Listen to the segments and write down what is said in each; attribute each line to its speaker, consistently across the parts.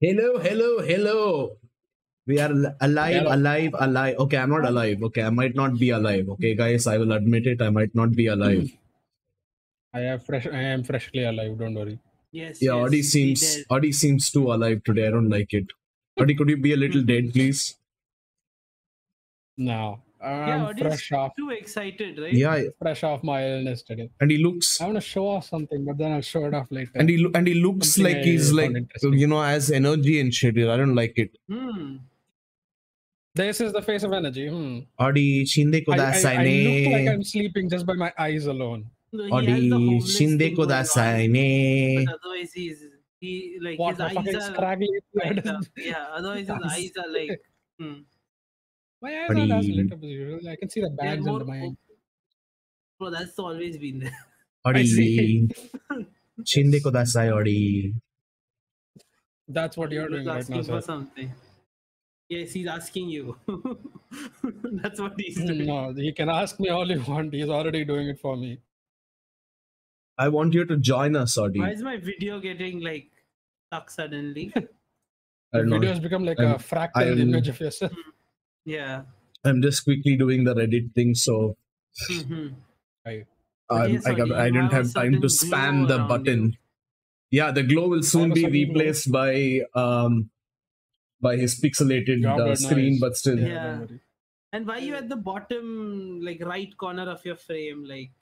Speaker 1: Hello, hello, hello. We are al- alive,
Speaker 2: Yeah.
Speaker 1: alive, alive. Okay, I'm not alive. Okay, I might not be alive. Okay, guys, I will admit it. I might not be alive.
Speaker 3: Mm,
Speaker 2: I am fresh. I am freshly alive. Don't worry.
Speaker 3: Yes.
Speaker 1: Yeah,
Speaker 3: yes,
Speaker 1: Audi
Speaker 3: be
Speaker 1: seems
Speaker 3: there.
Speaker 1: Audi seems too alive today. I don't like it. Audi, could you be a little
Speaker 3: Hmm.
Speaker 1: dead, please?
Speaker 2: No, I'm
Speaker 3: what is-
Speaker 2: fresh off.
Speaker 3: too excited, right?
Speaker 1: Yeah,
Speaker 2: Fresh off my illness today.
Speaker 1: and he looks
Speaker 2: I want to show off something, but then I'll show it off later.
Speaker 1: and he lo- and he looks
Speaker 2: Something
Speaker 1: like
Speaker 2: I
Speaker 1: he's
Speaker 2: found
Speaker 1: like
Speaker 2: interesting.
Speaker 1: you know has energy and shit. I don't like it.
Speaker 3: Hmm.
Speaker 2: this is the face of energy. Hmm.
Speaker 1: Audi Shinde ko
Speaker 2: I, I, I look like
Speaker 1: dasaine.
Speaker 2: I'm sleeping just by my eyes alone.
Speaker 3: No, he has the
Speaker 1: Audi
Speaker 3: homeless
Speaker 1: Shinde
Speaker 3: thing
Speaker 1: ko
Speaker 3: going on,
Speaker 1: dasaine.
Speaker 3: But otherwise, he's he like
Speaker 2: What
Speaker 3: his
Speaker 2: my fucking
Speaker 3: eyes are
Speaker 2: scraggly
Speaker 3: light
Speaker 2: eyes.
Speaker 3: up. Yeah. Otherwise, his
Speaker 2: Eyes.
Speaker 3: eyes are like
Speaker 2: My eyes aren't as
Speaker 1: Pretty-
Speaker 2: lit up as usual. I can see the
Speaker 3: they're
Speaker 2: bags
Speaker 3: more.
Speaker 2: under my eyes.
Speaker 3: open. Well, that's always been there.
Speaker 1: Audi
Speaker 2: see.
Speaker 1: Shinde ko dasai Audi.
Speaker 2: That's what you're
Speaker 3: He was
Speaker 2: doing right
Speaker 3: asking
Speaker 2: now,
Speaker 3: for
Speaker 2: sir.
Speaker 3: something. Yes, he's asking you. that's what he's
Speaker 1: Hmm.
Speaker 3: doing.
Speaker 2: No, you can ask me all you want. He's already doing it for me.
Speaker 1: I want you to join us, Audi.
Speaker 3: Why is my video getting like stuck suddenly?
Speaker 1: I
Speaker 2: The
Speaker 1: don't
Speaker 2: video
Speaker 1: know.
Speaker 2: has become like
Speaker 1: I'm-
Speaker 2: a fractal
Speaker 1: I'm-
Speaker 2: image of yourself.
Speaker 3: yeah.
Speaker 1: I'm just quickly doing the Reddit thing, so
Speaker 3: hmm
Speaker 1: um,
Speaker 3: Yes,
Speaker 1: I got
Speaker 3: Audi,
Speaker 1: I
Speaker 3: you
Speaker 1: don't
Speaker 3: have a
Speaker 1: have time to
Speaker 3: certain
Speaker 1: spam
Speaker 3: glow
Speaker 1: the
Speaker 3: around
Speaker 1: button.
Speaker 3: you.
Speaker 1: Yeah, the glow will soon
Speaker 2: have a
Speaker 1: be
Speaker 2: certain glow.
Speaker 1: replaced by um by his pixelated
Speaker 2: Job
Speaker 1: uh,
Speaker 2: noise.
Speaker 1: screen, but still.
Speaker 3: Yeah.
Speaker 2: don't worry.
Speaker 3: And why you at the bottom, like right corner of your frame? Like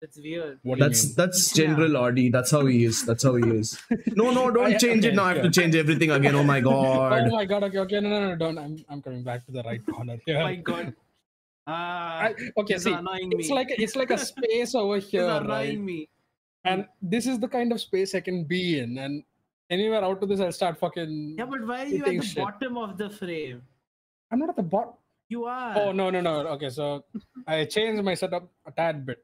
Speaker 3: that's weird.
Speaker 2: What do you
Speaker 1: That's
Speaker 2: mean?
Speaker 1: that's general Audi. That's how he is. That's how he is. No, no, don't
Speaker 2: I-
Speaker 1: change it
Speaker 2: okay,
Speaker 1: now. I have to
Speaker 2: sure.
Speaker 1: change everything again. Oh my god.
Speaker 2: Oh my god, okay, okay, no, no, no, don't. I'm, I'm coming back to the right corner. Yeah.
Speaker 3: my god. Ah,
Speaker 2: I, okay,
Speaker 3: this is
Speaker 2: see,
Speaker 3: annoying
Speaker 2: it's
Speaker 3: me.
Speaker 2: like it's like a space over
Speaker 3: this
Speaker 2: here,
Speaker 3: is
Speaker 2: right?
Speaker 3: annoying me.
Speaker 2: And this is the kind of space I can be in, and anywhere out of this, I'll start fucking.
Speaker 3: Yeah, but why are you at
Speaker 2: Eating
Speaker 3: the
Speaker 2: shit.
Speaker 3: bottom of the frame?
Speaker 2: I'm not at the bot.
Speaker 3: You are.
Speaker 2: Oh no, no, no. Okay, so I changed my setup a tad bit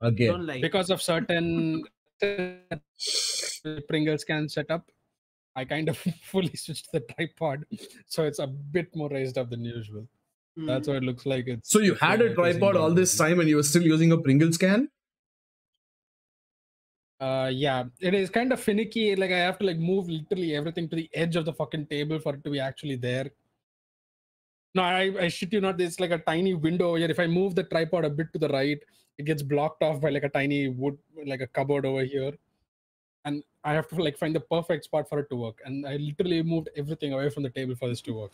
Speaker 1: Again.
Speaker 3: Don't like.
Speaker 2: because of certain Pringles can setup. I kind of fully switched the tripod, so it's a bit more raised up than usual.
Speaker 3: Hmm.
Speaker 2: That's what it looks like. It's
Speaker 1: So you had
Speaker 2: Yeah,
Speaker 1: a
Speaker 2: it is
Speaker 1: tripod all this
Speaker 2: inconvenient.
Speaker 1: time and you were still using a Pringles can?
Speaker 2: Uh, yeah, it is kind of finicky. Like I have to like move literally everything to the edge of the fucking table for it to be actually there. No, I, I shit you not. There's like a tiny window over here. If I move the tripod a bit to the right, it gets blocked off by like a tiny wood, like a cupboard over here. And I have to like find the perfect spot for it to work. And I literally moved everything away from the table for this to work.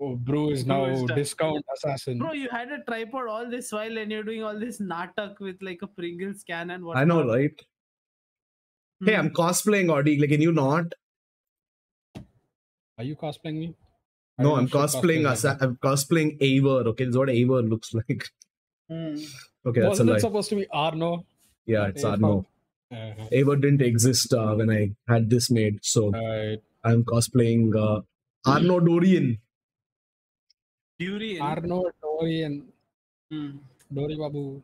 Speaker 2: oh, Brew is
Speaker 3: Brew
Speaker 2: now
Speaker 3: is done.
Speaker 2: discount assassin.
Speaker 3: Bro, you had a tripod all this while and you're doing all this natak with like a Pringles can and what
Speaker 1: I know, right?
Speaker 3: Hmm.
Speaker 1: Hey, I'm cosplaying Audi. Like, can you not?
Speaker 2: Are you cosplaying me? I
Speaker 1: No,
Speaker 2: don't
Speaker 1: I'm
Speaker 2: should cosplay
Speaker 1: cosplaying
Speaker 2: like
Speaker 1: us.
Speaker 2: that.
Speaker 1: I'm cosplaying Aver. Okay, it's what Aver looks like.
Speaker 3: Hmm.
Speaker 1: Okay, that's a
Speaker 2: Wasn't
Speaker 1: lie.
Speaker 2: it supposed to be Arno?
Speaker 1: yeah,
Speaker 2: that
Speaker 1: it's
Speaker 2: they
Speaker 1: Arno.
Speaker 2: Uh,
Speaker 1: Aver didn't exist uh, when I had this made, so
Speaker 2: right.
Speaker 1: I'm cosplaying uh, Arno Dorian.
Speaker 3: Durian.
Speaker 2: Arno, Dori, and
Speaker 3: Hmm.
Speaker 2: Dori Babu.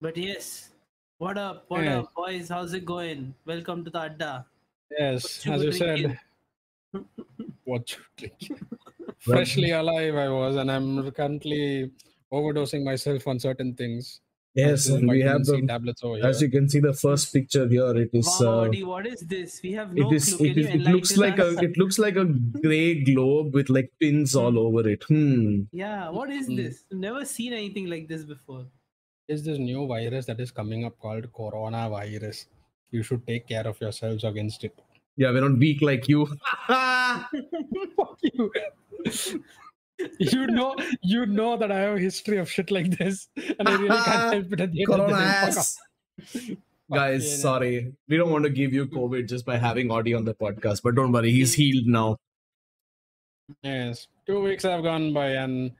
Speaker 3: But yes. What up? What
Speaker 2: Yeah.
Speaker 3: up, boys? How's it going? Welcome to the Adda.
Speaker 2: Yes,
Speaker 3: you
Speaker 2: as you said. What you drink? Freshly alive, I was, and I'm currently overdosing myself on certain things.
Speaker 1: Yes,
Speaker 2: This is
Speaker 1: and we
Speaker 2: vitamin
Speaker 1: have
Speaker 2: C
Speaker 1: the.
Speaker 2: tablets over
Speaker 1: As
Speaker 2: here.
Speaker 1: you can see, the first picture here, it is.
Speaker 3: Wow,
Speaker 1: Uh,
Speaker 3: Adi, what is this? We have no
Speaker 1: it is.
Speaker 3: clue.
Speaker 1: It
Speaker 3: Can
Speaker 1: is.
Speaker 3: you
Speaker 1: It looks
Speaker 3: enlighten
Speaker 1: like a.
Speaker 3: us?
Speaker 1: It looks like a gray globe with like pins all over it. Hmm.
Speaker 3: Yeah, what is
Speaker 2: Mm.
Speaker 3: this? Never seen anything like this before.
Speaker 2: Is this new virus that is coming up called coronavirus? You should take care of yourselves against it.
Speaker 1: Yeah, we're not weak like you.
Speaker 2: Fuck you. you know, you know that I have a history of shit like this, and I really can't help it. At the end
Speaker 1: Corona
Speaker 2: of the day. Fuck off.
Speaker 1: ass. Guys,
Speaker 2: Fucking-
Speaker 1: sorry. We don't want to give you COVID just by having Audi on the podcast, but don't worry, he's healed now.
Speaker 2: Yes, two weeks have gone by, and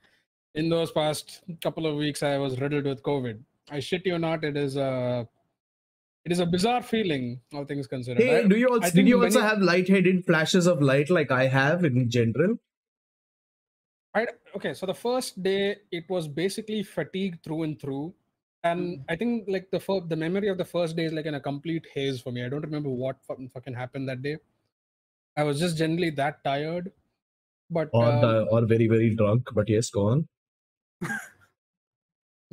Speaker 2: in those past couple of weeks, I was riddled with COVID. I shit you not, it is a it is a bizarre feeling, all things considered.
Speaker 1: Hey,
Speaker 2: I-
Speaker 1: do you also
Speaker 2: I
Speaker 1: did
Speaker 2: think
Speaker 1: you
Speaker 2: when
Speaker 1: also
Speaker 2: you-
Speaker 1: have lightheaded flashes of light like I have in general?
Speaker 2: I, okay, so the first day it was basically fatigue through and through, and
Speaker 1: Hmm.
Speaker 2: I think like the fir- the memory of the first day is like in a complete haze for me. I don't remember what fucking fucking happened that day. I was just generally that tired, but
Speaker 1: Or
Speaker 2: um,
Speaker 1: the, or very, very drunk, but yes, go on.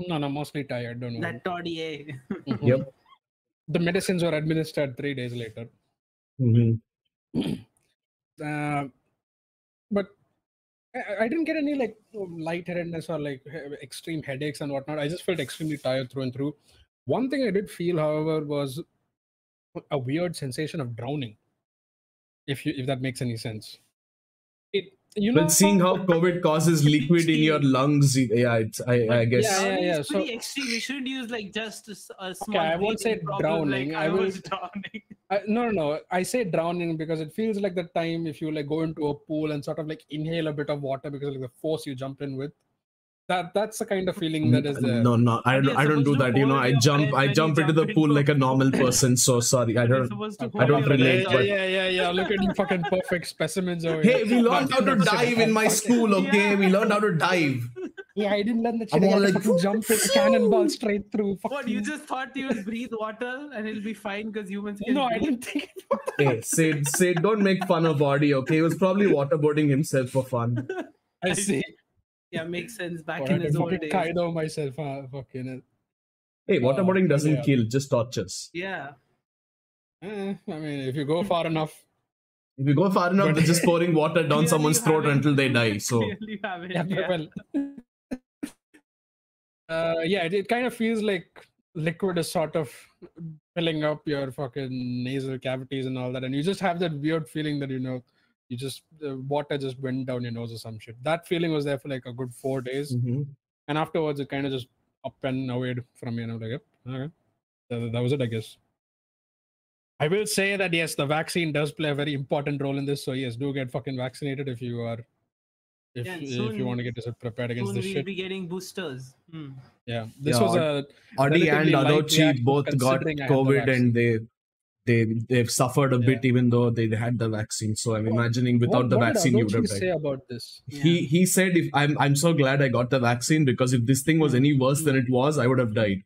Speaker 2: no, no, mostly tired. Don't worry.
Speaker 3: That toddy, eh?
Speaker 2: Mhm.
Speaker 1: Yep.
Speaker 2: The medicines were administered three days later.
Speaker 1: Mhm.
Speaker 2: uh, but I, I didn't get any like um, lightheadedness or like he- extreme headaches and whatnot. I just felt extremely tired through and through. One thing I did feel, however, was a weird sensation of drowning. If you if that makes any sense, it you know
Speaker 1: But seeing how COVID causes liquid in your lungs, yeah, it's, I, I guess.
Speaker 2: yeah,
Speaker 3: Drowning
Speaker 2: yeah,
Speaker 3: is
Speaker 2: so-
Speaker 3: pretty extreme. You shouldn't use like just a, s- a small.
Speaker 2: I won't say
Speaker 3: breathing problem,
Speaker 2: drowning.
Speaker 3: Like,
Speaker 2: I
Speaker 3: I,
Speaker 2: will-
Speaker 3: was drowning.
Speaker 2: I, no, no, no. I say drowning because it feels like the time if you like go into a pool and sort of like inhale a bit of water because like the force you jumped in with. That that's the kind of feeling that is there.
Speaker 1: No, no, I don't.
Speaker 3: You're
Speaker 1: I don't do
Speaker 3: supposed to
Speaker 1: that. You know,
Speaker 3: hold
Speaker 1: I
Speaker 3: your
Speaker 1: jump.
Speaker 3: breath
Speaker 1: I
Speaker 3: when you
Speaker 1: jump into
Speaker 3: jump
Speaker 1: the
Speaker 3: into
Speaker 1: pool
Speaker 3: a
Speaker 1: like a normal person. So sorry, I
Speaker 3: You're
Speaker 1: don't.
Speaker 3: supposed
Speaker 2: I
Speaker 3: to
Speaker 1: I
Speaker 3: hold
Speaker 1: don't
Speaker 3: your
Speaker 1: relate,
Speaker 2: Yeah,
Speaker 3: breath
Speaker 1: but-
Speaker 3: out.
Speaker 2: yeah, yeah, yeah. Look at you fucking perfect specimens over
Speaker 1: Hey,
Speaker 2: here.
Speaker 1: we learned how to dive in my school. Okay, we learned how to dive.
Speaker 2: Yeah, I didn't learn that shit.
Speaker 1: I'm
Speaker 2: I
Speaker 1: all
Speaker 2: just
Speaker 1: like,
Speaker 2: fucking jumped it, cannonball straight through. Fuck
Speaker 3: What you just thought you would breathe water and it'll be fine because humans can.
Speaker 2: No, I
Speaker 3: breathe?
Speaker 2: didn't think.
Speaker 1: Hey, Sid, Sid, don't make fun of Audie. Okay, he was probably waterboarding himself for fun.
Speaker 2: I see.
Speaker 3: Yeah, makes sense. Back
Speaker 2: Or I
Speaker 3: in
Speaker 2: did
Speaker 3: his old
Speaker 2: fucking
Speaker 3: days.
Speaker 2: Kaido myself. Huh? Fucking it.
Speaker 1: Hey, waterboarding doesn't
Speaker 2: Yeah.
Speaker 1: kill, just tortures.
Speaker 3: Yeah.
Speaker 2: Eh, I mean, if you go far enough,
Speaker 1: If you go far enough,
Speaker 2: But-
Speaker 1: they're just pouring water down
Speaker 3: Clearly
Speaker 1: someone's
Speaker 3: you
Speaker 1: throat
Speaker 3: haven't-
Speaker 1: until they die. So
Speaker 3: Clearly you haven't,
Speaker 2: yeah,
Speaker 3: yeah.
Speaker 2: well. uh, yeah, it, it kind of feels like liquid is sort of filling up your fucking nasal cavities and all that, and you just have that weird feeling that you know, you just the water just went down your nose or some shit. That feeling was there for like a good four days,
Speaker 1: Mhm.
Speaker 2: and afterwards it kind of just up and away from me, and I'm like, yep, okay, that, that was it, I guess. I will say that yes, the vaccine does play a very important role in this. So yes, do get fucking vaccinated if you are, if,
Speaker 3: Yeah, and
Speaker 2: if you want to
Speaker 3: soon-
Speaker 2: get yourself prepared against
Speaker 3: Soon
Speaker 2: this
Speaker 3: we'll
Speaker 2: shit.
Speaker 3: be getting boosters. Hmm.
Speaker 2: Yeah, this
Speaker 1: Yeah,
Speaker 2: was
Speaker 1: or-
Speaker 2: a
Speaker 1: Audie and
Speaker 2: Relatively light
Speaker 1: Adochi
Speaker 2: reaction
Speaker 1: both got
Speaker 2: considering I had the
Speaker 1: COVID
Speaker 2: vaccine.
Speaker 1: and they they they've suffered a bit even though they had the vaccine. So I'm
Speaker 2: What-
Speaker 1: imagining without
Speaker 2: what,
Speaker 1: the
Speaker 2: what
Speaker 1: vaccine, you
Speaker 2: did
Speaker 1: would
Speaker 2: Adochi
Speaker 1: have died.
Speaker 2: say about this?
Speaker 1: He he said, "If I'm I'm so glad I got the vaccine because if this thing was
Speaker 2: Hmm.
Speaker 1: any worse than it was, I would have died."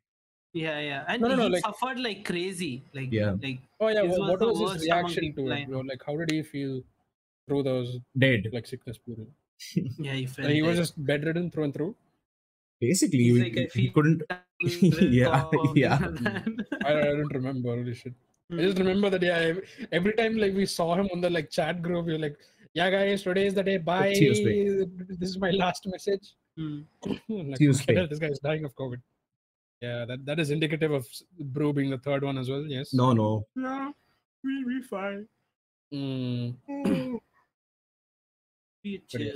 Speaker 3: Yeah, yeah. And
Speaker 2: No, no, no,
Speaker 3: he
Speaker 2: like-
Speaker 3: suffered like crazy. Like,
Speaker 1: Yeah.
Speaker 3: like
Speaker 2: Oh yeah,
Speaker 3: This
Speaker 2: wha-
Speaker 3: was
Speaker 2: what
Speaker 3: the
Speaker 2: was his
Speaker 3: worst among
Speaker 2: reaction to
Speaker 3: people I
Speaker 2: it? Bro? Like, how did he feel through those
Speaker 1: Dead.
Speaker 2: like sickness period?
Speaker 3: yeah, he felt
Speaker 2: Like, he was
Speaker 3: like-
Speaker 2: just bedridden through and through.
Speaker 1: Basically,
Speaker 3: He's
Speaker 1: you,
Speaker 3: like, I
Speaker 1: you
Speaker 3: feel-
Speaker 1: couldn't. Yeah,
Speaker 3: Oh,
Speaker 1: yeah.
Speaker 2: I, I don't remember. Holy shit! I just remember that yeah. ev- Every time like we saw him on the like chat group, we were like, "Yeah, guys, today is the day. Bye.
Speaker 1: Cheers, mate."
Speaker 2: This is my last message."
Speaker 3: Mm.
Speaker 2: I'm like,
Speaker 1: Cheers,
Speaker 2: okay,
Speaker 1: mate."
Speaker 2: this guy is dying of COVID. Yeah, that, that is indicative of s- Brew being the third one as well. Yes.
Speaker 1: No, no.
Speaker 3: No, we'll be fine.
Speaker 2: Mm,
Speaker 3: We
Speaker 2: but yes.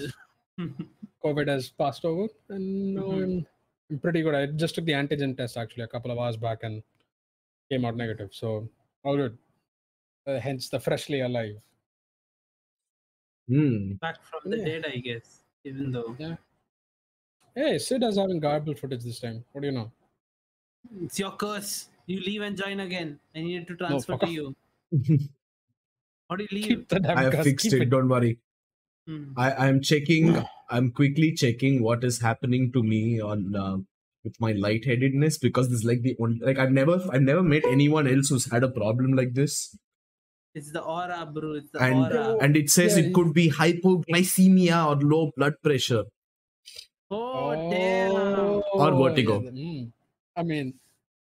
Speaker 3: chill.
Speaker 2: COVID has passed over, and now
Speaker 3: Mhm.
Speaker 1: Mm-hmm.
Speaker 2: I'm, I'm pretty good. I just took the antigen test actually a couple of hours back and came out negative. So all good. Uh, hence the freshly alive.
Speaker 1: Hmm.
Speaker 3: Back from the
Speaker 2: Yeah.
Speaker 3: dead, I guess. Even though
Speaker 2: Hey, Sid has having garble footage this time. What do you know?
Speaker 3: it's your curse. You leave and join again. I need to transfer
Speaker 2: fuck
Speaker 3: to
Speaker 2: off.
Speaker 3: you. How do you leave?
Speaker 2: Keep the damn
Speaker 1: I have
Speaker 2: curse,
Speaker 1: fixed
Speaker 2: keep
Speaker 1: it. Don't worry.
Speaker 3: Hmm.
Speaker 1: I I'm checking. I'm quickly checking what is happening to me on uh, with my lightheadedness because this is like the only like I've never I've never met anyone else who's had a problem like this.
Speaker 3: It's the aura, bro. It's the
Speaker 1: And-
Speaker 3: aura.
Speaker 1: And it says
Speaker 2: Yeah,
Speaker 1: it
Speaker 2: you-
Speaker 1: could be hypoglycemia or low blood pressure.
Speaker 3: Oh, damn.
Speaker 1: Or
Speaker 2: yeah,
Speaker 1: vertigo.
Speaker 2: the- mm. I mean,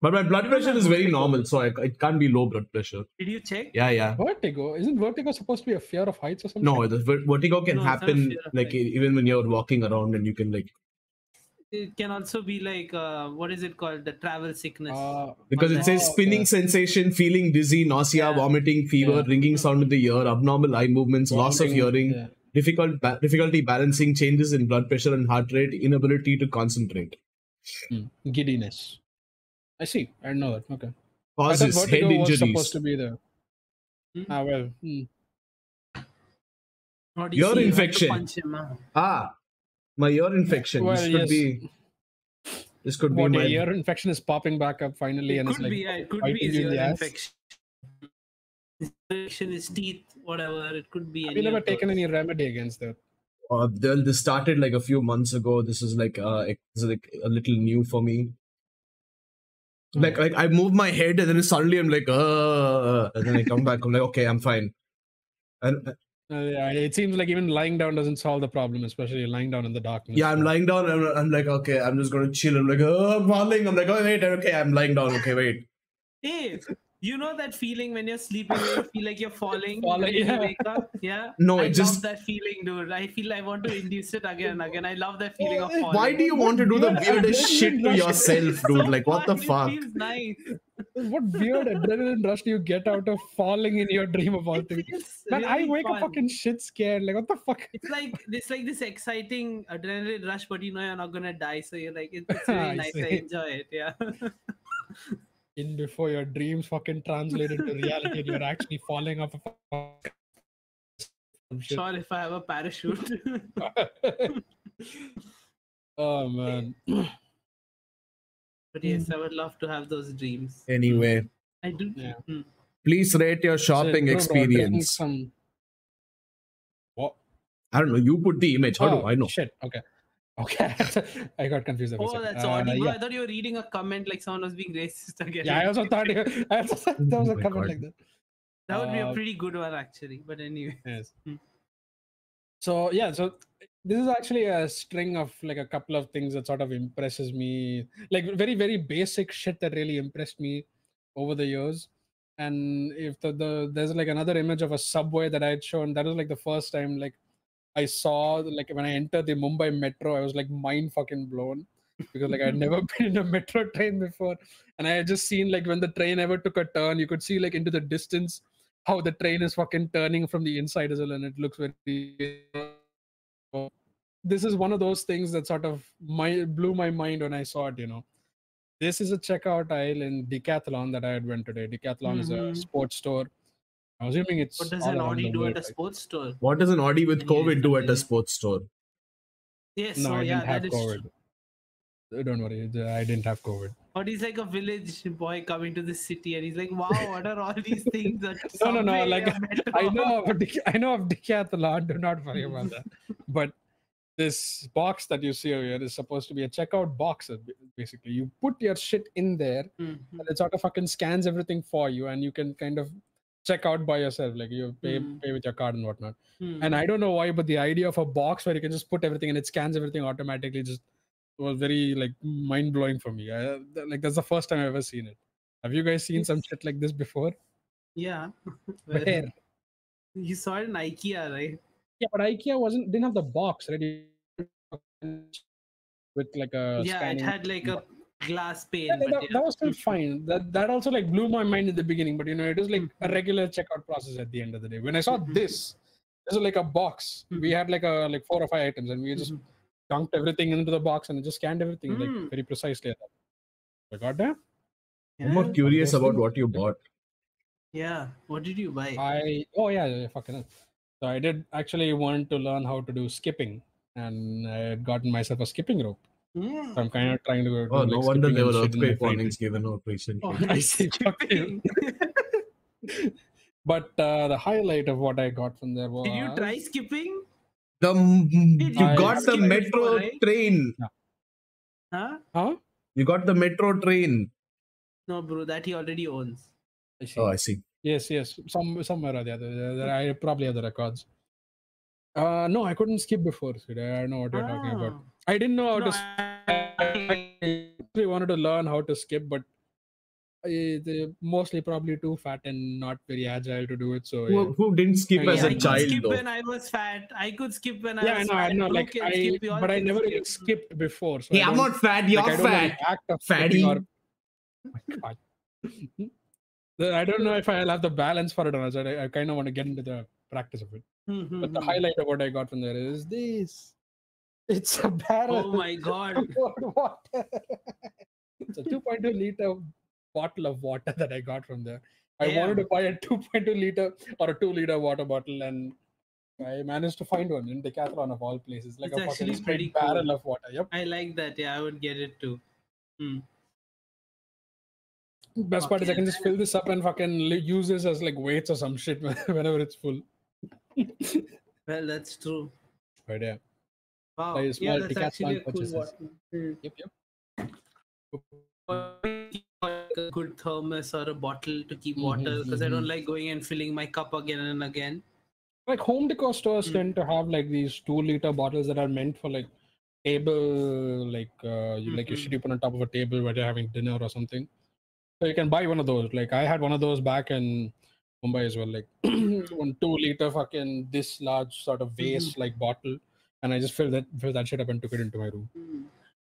Speaker 1: But my blood pressure is very normal, so I, it can't be low blood pressure.
Speaker 3: Did you check?
Speaker 1: Yeah, yeah.
Speaker 2: vertigo isn't vertigo supposed to be a fear of heights or something? Uh,
Speaker 1: No, the ver- vertigo can
Speaker 3: No, it's not a
Speaker 1: happen
Speaker 3: fear of
Speaker 1: like e- even when you're walking around and you can like
Speaker 3: It can also be like uh, what is it called? The travel sickness.
Speaker 2: Uh,
Speaker 1: because it says
Speaker 2: Oh,
Speaker 1: spinning
Speaker 2: okay.
Speaker 1: sensation, feeling dizzy, nausea,
Speaker 3: Yeah.
Speaker 1: vomiting, fever,
Speaker 2: Yeah.
Speaker 1: ringing sound in the ear, abnormal eye movements, loss of
Speaker 2: vomiting,
Speaker 1: hearing,
Speaker 2: yeah.
Speaker 1: difficult ba- difficulty balancing, changes in blood pressure and heart rate, inability to concentrate,
Speaker 2: Mm, giddiness. I see. I didn't know that. Okay. I thought
Speaker 1: causes head
Speaker 2: vertigo was supposed
Speaker 1: injuries.
Speaker 2: to be there.
Speaker 3: Hmm?
Speaker 2: Ah well. hmm.
Speaker 3: What do you
Speaker 1: Ear
Speaker 3: see? You have to
Speaker 1: infection.
Speaker 3: punch him, huh?
Speaker 1: Ah, my ear infection.
Speaker 2: Well,
Speaker 1: this could
Speaker 2: yes.
Speaker 1: be. This could
Speaker 2: What
Speaker 1: be
Speaker 2: a
Speaker 1: my.
Speaker 2: ear infection is popping back up finally,
Speaker 3: It
Speaker 2: and it's
Speaker 3: could
Speaker 2: like
Speaker 3: be. Yeah, it could
Speaker 2: biting
Speaker 3: be his
Speaker 2: you in
Speaker 3: ear
Speaker 2: the ass.
Speaker 3: infection. His infection, his teeth, whatever. It could be.
Speaker 2: have
Speaker 3: any
Speaker 2: you never
Speaker 3: of those.
Speaker 2: taken any remedy against that?
Speaker 1: Uh, well, this started like a few months ago. This is like uh, it- this is like a little new for me. Like, like I move my head and then suddenly I'm like, uh, and then I come back. I'm like, okay, I'm fine. And uh,
Speaker 2: Uh, yeah, it seems like even lying down doesn't solve the problem, especially lying down in the darkness.
Speaker 1: yeah, I'm
Speaker 2: so-
Speaker 1: lying down. I'm, I'm like, okay, uh, I'm just gonna chill. I'm like, oh, I'm falling. I'm like, oh wait, okay, I'm lying down. Okay, wait.
Speaker 3: Hey, You know that feeling when you're sleeping, you feel like you're falling.
Speaker 2: Falling,
Speaker 3: when you
Speaker 2: yeah.
Speaker 3: wake up? yeah.
Speaker 1: No, Oh,
Speaker 3: I
Speaker 1: it just.
Speaker 3: love that feeling, dude. I feel I want to induce it again and again. I love that feeling of
Speaker 2: Why
Speaker 3: falling.
Speaker 1: Why do you want to do the
Speaker 2: Dude,
Speaker 1: weirdest
Speaker 2: adrenaline
Speaker 1: shit to
Speaker 2: rush.
Speaker 1: yourself, dude? Like, what the fuck?
Speaker 3: It feels nice.
Speaker 2: What weird adrenaline rush do you get out of falling in your dream of all
Speaker 3: It
Speaker 2: things?
Speaker 3: feels
Speaker 2: Man, I
Speaker 3: really
Speaker 2: wake
Speaker 3: fun.
Speaker 2: up fucking shit scared. Like, what the fuck?
Speaker 3: It's like this, like this exciting adrenaline rush, but you know you're not gonna die, so you're like, it's, it's
Speaker 2: I
Speaker 3: really nice. I
Speaker 2: see.
Speaker 3: enjoy it. Yeah.
Speaker 2: In before your dreams fucking translate into reality and you're actually falling off a fucking. some shit.
Speaker 3: Sure, if I have a parachute.
Speaker 2: oh man.
Speaker 3: but yes, I would love to have those dreams.
Speaker 1: Anyway,
Speaker 3: I do.
Speaker 2: Yeah.
Speaker 3: Mm.
Speaker 1: please rate your shopping
Speaker 2: Shit, bro, bro, I'm drinking
Speaker 1: experience.
Speaker 2: some- What?
Speaker 1: I don't know. You put the image. How do
Speaker 2: Oh,
Speaker 1: I know?
Speaker 2: Shit. Okay. Okay. I got confused. there for a
Speaker 3: Oh,
Speaker 2: second.
Speaker 3: that's
Speaker 2: Uh,
Speaker 3: odd.
Speaker 2: yeah.
Speaker 3: I thought you were reading a comment like someone was being racist again.
Speaker 2: Yeah, I also thought you, I also thought there was
Speaker 1: Oh
Speaker 2: a
Speaker 1: my
Speaker 2: comment
Speaker 1: God.
Speaker 2: like that.
Speaker 3: that would be a
Speaker 2: uh,
Speaker 3: pretty good one actually. But anyway,
Speaker 2: Yes.
Speaker 3: Mm.
Speaker 2: So yeah, so this is actually a string of like a couple of things that sort of impresses me, like very very basic shit that really impressed me over the years. And if the, the there's like another image of a subway that I had shown, that was like the first time like I saw like when I entered the Mumbai metro, I was like mind fucking blown because like I'd never been in a metro train before, and I had just seen like when the train ever took a turn, you could see like into the distance how the train is fucking turning from the inside as well, and it looks very. This is one of those things that sort of my blew my mind when I saw it. You know, this is a checkout aisle in Decathlon that I had went today. Decathlon
Speaker 3: Mhm.
Speaker 2: is a sports store. I'm assuming it's.
Speaker 3: what does
Speaker 2: all
Speaker 3: an
Speaker 2: around
Speaker 3: Audi
Speaker 2: the
Speaker 3: do
Speaker 2: world,
Speaker 3: at a
Speaker 2: right?
Speaker 3: sports store?
Speaker 1: What does an Audi with
Speaker 3: Anyway,
Speaker 1: COVID do at
Speaker 3: continue.
Speaker 1: a sports store?
Speaker 3: Yes.
Speaker 2: No,
Speaker 3: so
Speaker 2: I
Speaker 3: yeah,
Speaker 2: didn't have
Speaker 3: that is.
Speaker 2: COVID. Uh, Don't worry, uh, I didn't have COVID.
Speaker 3: Audi's like a village boy coming to the city, and he's like, "Wow, what are all these things?" that
Speaker 2: No, no, no,
Speaker 3: subway,
Speaker 2: like,
Speaker 3: a metro?"
Speaker 2: I know, of Dec- I know of Decathlon. Do not worry about that. But this box that you see over here is supposed to be a checkout box. uh, b- Basically, you put your shit in there,
Speaker 3: Mhm.
Speaker 2: and it sort of fucking scans everything for you, and you can kind of check out by yourself. Like you pay
Speaker 3: Mm.
Speaker 2: pay with your card and whatnot.
Speaker 3: Hmm.
Speaker 2: And I don't know why, but the idea of a box where you can just put everything and it scans everything automatically just was very like mind blowing for me. I, th- like that's the first time I've ever seen it. Have you guys seen some
Speaker 3: Yes.
Speaker 2: shit like this before?
Speaker 3: Yeah. Well,
Speaker 2: Where?
Speaker 3: You saw it in IKEA, right?
Speaker 2: Yeah, but IKEA wasn't didn't have the box, right? You- With like a
Speaker 3: yeah,
Speaker 2: Oh, scanning.
Speaker 3: it had like a glass pane.
Speaker 2: Yeah,
Speaker 3: but
Speaker 2: that,
Speaker 3: yeah.
Speaker 2: that was still fine. That that also like blew my mind in the beginning, but you know it was like a
Speaker 3: Mhm.
Speaker 2: regular checkout process at the end of the day. When I saw
Speaker 3: Mhm.
Speaker 2: this, this was like a box. We
Speaker 3: Mhm.
Speaker 2: had like a like four or five items, and we just
Speaker 3: Mhm.
Speaker 2: dunked everything into the box and it just scanned everything like
Speaker 3: Mm.
Speaker 2: very precisely. at that. Like goddamn,
Speaker 1: I'm more
Speaker 3: Yeah.
Speaker 1: curious about what you bought.
Speaker 3: Yeah. What did you buy?
Speaker 2: I oh yeah, yeah, yeah, fucking. hell. So I did actually want to learn how to do skipping, and I had gotten myself a skipping rope.
Speaker 3: Mm.
Speaker 2: So I'm kind of trying to go.
Speaker 1: Oh,
Speaker 2: do,
Speaker 1: no
Speaker 2: like,
Speaker 1: wonder
Speaker 2: skipping
Speaker 1: there
Speaker 2: and
Speaker 1: were
Speaker 2: shit in my
Speaker 1: earthquake
Speaker 2: free time.
Speaker 1: warnings given out recently.
Speaker 3: Oh,
Speaker 2: I see. Fuck you. But uh, the highlight of what I got from there was.
Speaker 3: Did you try skipping?
Speaker 1: The m- you
Speaker 3: you
Speaker 1: got
Speaker 2: have
Speaker 1: the
Speaker 3: skipped
Speaker 1: metro
Speaker 3: before, right?
Speaker 1: train.
Speaker 3: Huh?
Speaker 2: Huh?
Speaker 1: You got the metro train.
Speaker 3: No, bro, that he already owns.
Speaker 2: I see.
Speaker 1: Oh, I see.
Speaker 2: Yes, yes. Some somewhere or the other. there- there- I probably have the records. Uh, no, I couldn't skip before. Sid. I don't know what you're talking
Speaker 3: Ah.
Speaker 2: about. I didn't know how to. skip. I actually wanted to learn how to skip, but I, they mostly probably too fat and not very agile to do it. So yeah. Oh,
Speaker 1: Who, who didn't skip
Speaker 2: Yeah,
Speaker 1: as
Speaker 2: I
Speaker 1: a
Speaker 2: could
Speaker 1: child
Speaker 3: skip
Speaker 1: though?
Speaker 3: when I was fat. I could skip when I
Speaker 2: yeah, I
Speaker 3: was
Speaker 2: know,
Speaker 3: fat.
Speaker 2: I know.
Speaker 3: You
Speaker 2: Like
Speaker 3: can
Speaker 2: I,
Speaker 3: skip, we all
Speaker 2: but I
Speaker 3: can
Speaker 2: never
Speaker 3: skip.
Speaker 2: really skipped before. So
Speaker 1: Hey,
Speaker 2: I
Speaker 1: I'm
Speaker 2: don't-
Speaker 1: not fat. You're
Speaker 2: like, I don't know the
Speaker 1: fat.
Speaker 2: act of
Speaker 1: fatty.
Speaker 2: skipping or- My God. The- I don't know if I'll have the balance for it or not. so I, I kind of want to get into the practice of it.
Speaker 3: Mhm,
Speaker 2: But the
Speaker 3: mhm.
Speaker 2: highlight of what I got from there is this. It's a barrel.
Speaker 3: Oh my god.
Speaker 2: of cold water. it's a 2.2 liter bottle of water that I got from there. I wanted to buy a 2.2 liter or a 2 liter water bottle, and I managed to find one in Decathlon of all places, like
Speaker 3: It's
Speaker 2: a fucking
Speaker 3: actually pretty
Speaker 2: straight
Speaker 3: cool.
Speaker 2: barrel of water. Yep.
Speaker 3: I like that. Yeah, I would get it too.
Speaker 2: Best part is I
Speaker 3: Fucking
Speaker 2: can just fill this up and fucking li- use this as like weights or some shit whenever it's full. but
Speaker 3: Well, that's true.
Speaker 2: yeah.
Speaker 3: Wow.
Speaker 2: Like a
Speaker 3: Yeah,
Speaker 2: small
Speaker 3: that's
Speaker 2: Decathlon
Speaker 3: actually a cool
Speaker 2: purchases.
Speaker 3: one. Mm.
Speaker 2: Yep. Yep.
Speaker 3: Like a good thermos or a bottle to keep
Speaker 2: Mhm,
Speaker 3: water because I don't
Speaker 2: mhm.
Speaker 3: like going and filling my cup again and again.
Speaker 2: like home decor stores
Speaker 3: Mm.
Speaker 2: tend to have like these two liter bottles that are meant for like table like uh you, like you
Speaker 3: Mhm.
Speaker 2: should you put on top of a table where you're having dinner or something So you can buy one of those. Like I had one of those back in Mumbai as well. Like one two liter fucking this large sort of
Speaker 3: Mm-hmm.
Speaker 2: vase like bottle, and I just filled that filled that shit up and took it into my room.
Speaker 1: Hmm.
Speaker 3: Mm.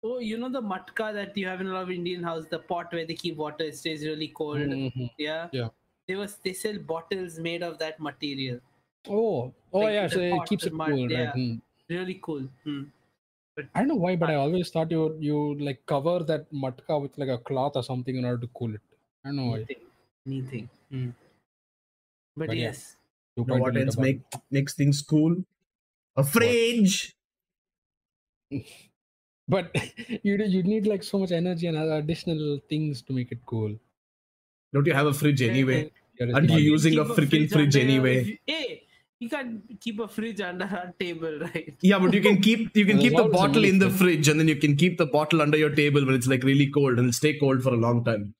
Speaker 3: Oh, you know the matka that you have in a lot of Indian house, the pot where they keep water, it stays really cold.
Speaker 2: Mhm.
Speaker 3: Yeah.
Speaker 2: Yeah.
Speaker 3: They was they sell bottles made of that material.
Speaker 2: Oh, oh
Speaker 3: Like,
Speaker 2: yeah.
Speaker 3: the
Speaker 2: So it
Speaker 3: pot,
Speaker 2: keeps
Speaker 3: the
Speaker 2: it
Speaker 3: mud,
Speaker 2: cool,
Speaker 3: yeah.
Speaker 2: right? Hmm.
Speaker 3: Really cool. Hmm.
Speaker 2: I don't know why, but I always thought you you like cover that matka with like a cloth or something in order to cool it. I don't know why.
Speaker 3: Neat thing. Neat thing. Hmm. But,
Speaker 2: But yeah.
Speaker 3: yes.
Speaker 2: You
Speaker 1: You know
Speaker 2: can't
Speaker 1: what
Speaker 2: do it
Speaker 1: else
Speaker 2: about-
Speaker 1: make makes things cool? A fridge.
Speaker 2: But you you need like so much energy and other additional things to make it cool.
Speaker 1: Don't you have a fridge anyway?
Speaker 2: You're a
Speaker 1: And you
Speaker 2: smart-
Speaker 1: use- using
Speaker 3: Keep
Speaker 1: a freaking fridge
Speaker 3: under your-
Speaker 1: anyway.
Speaker 3: if you- Hey, you can't keep a fridge under our table, right?
Speaker 1: Yeah, but you can keep you can
Speaker 2: There's
Speaker 1: keep the
Speaker 2: always a
Speaker 1: bottle in the
Speaker 2: mini
Speaker 1: fridge, and then you can keep the bottle under your table when it's like really cold, and it'll stay cold for a long time.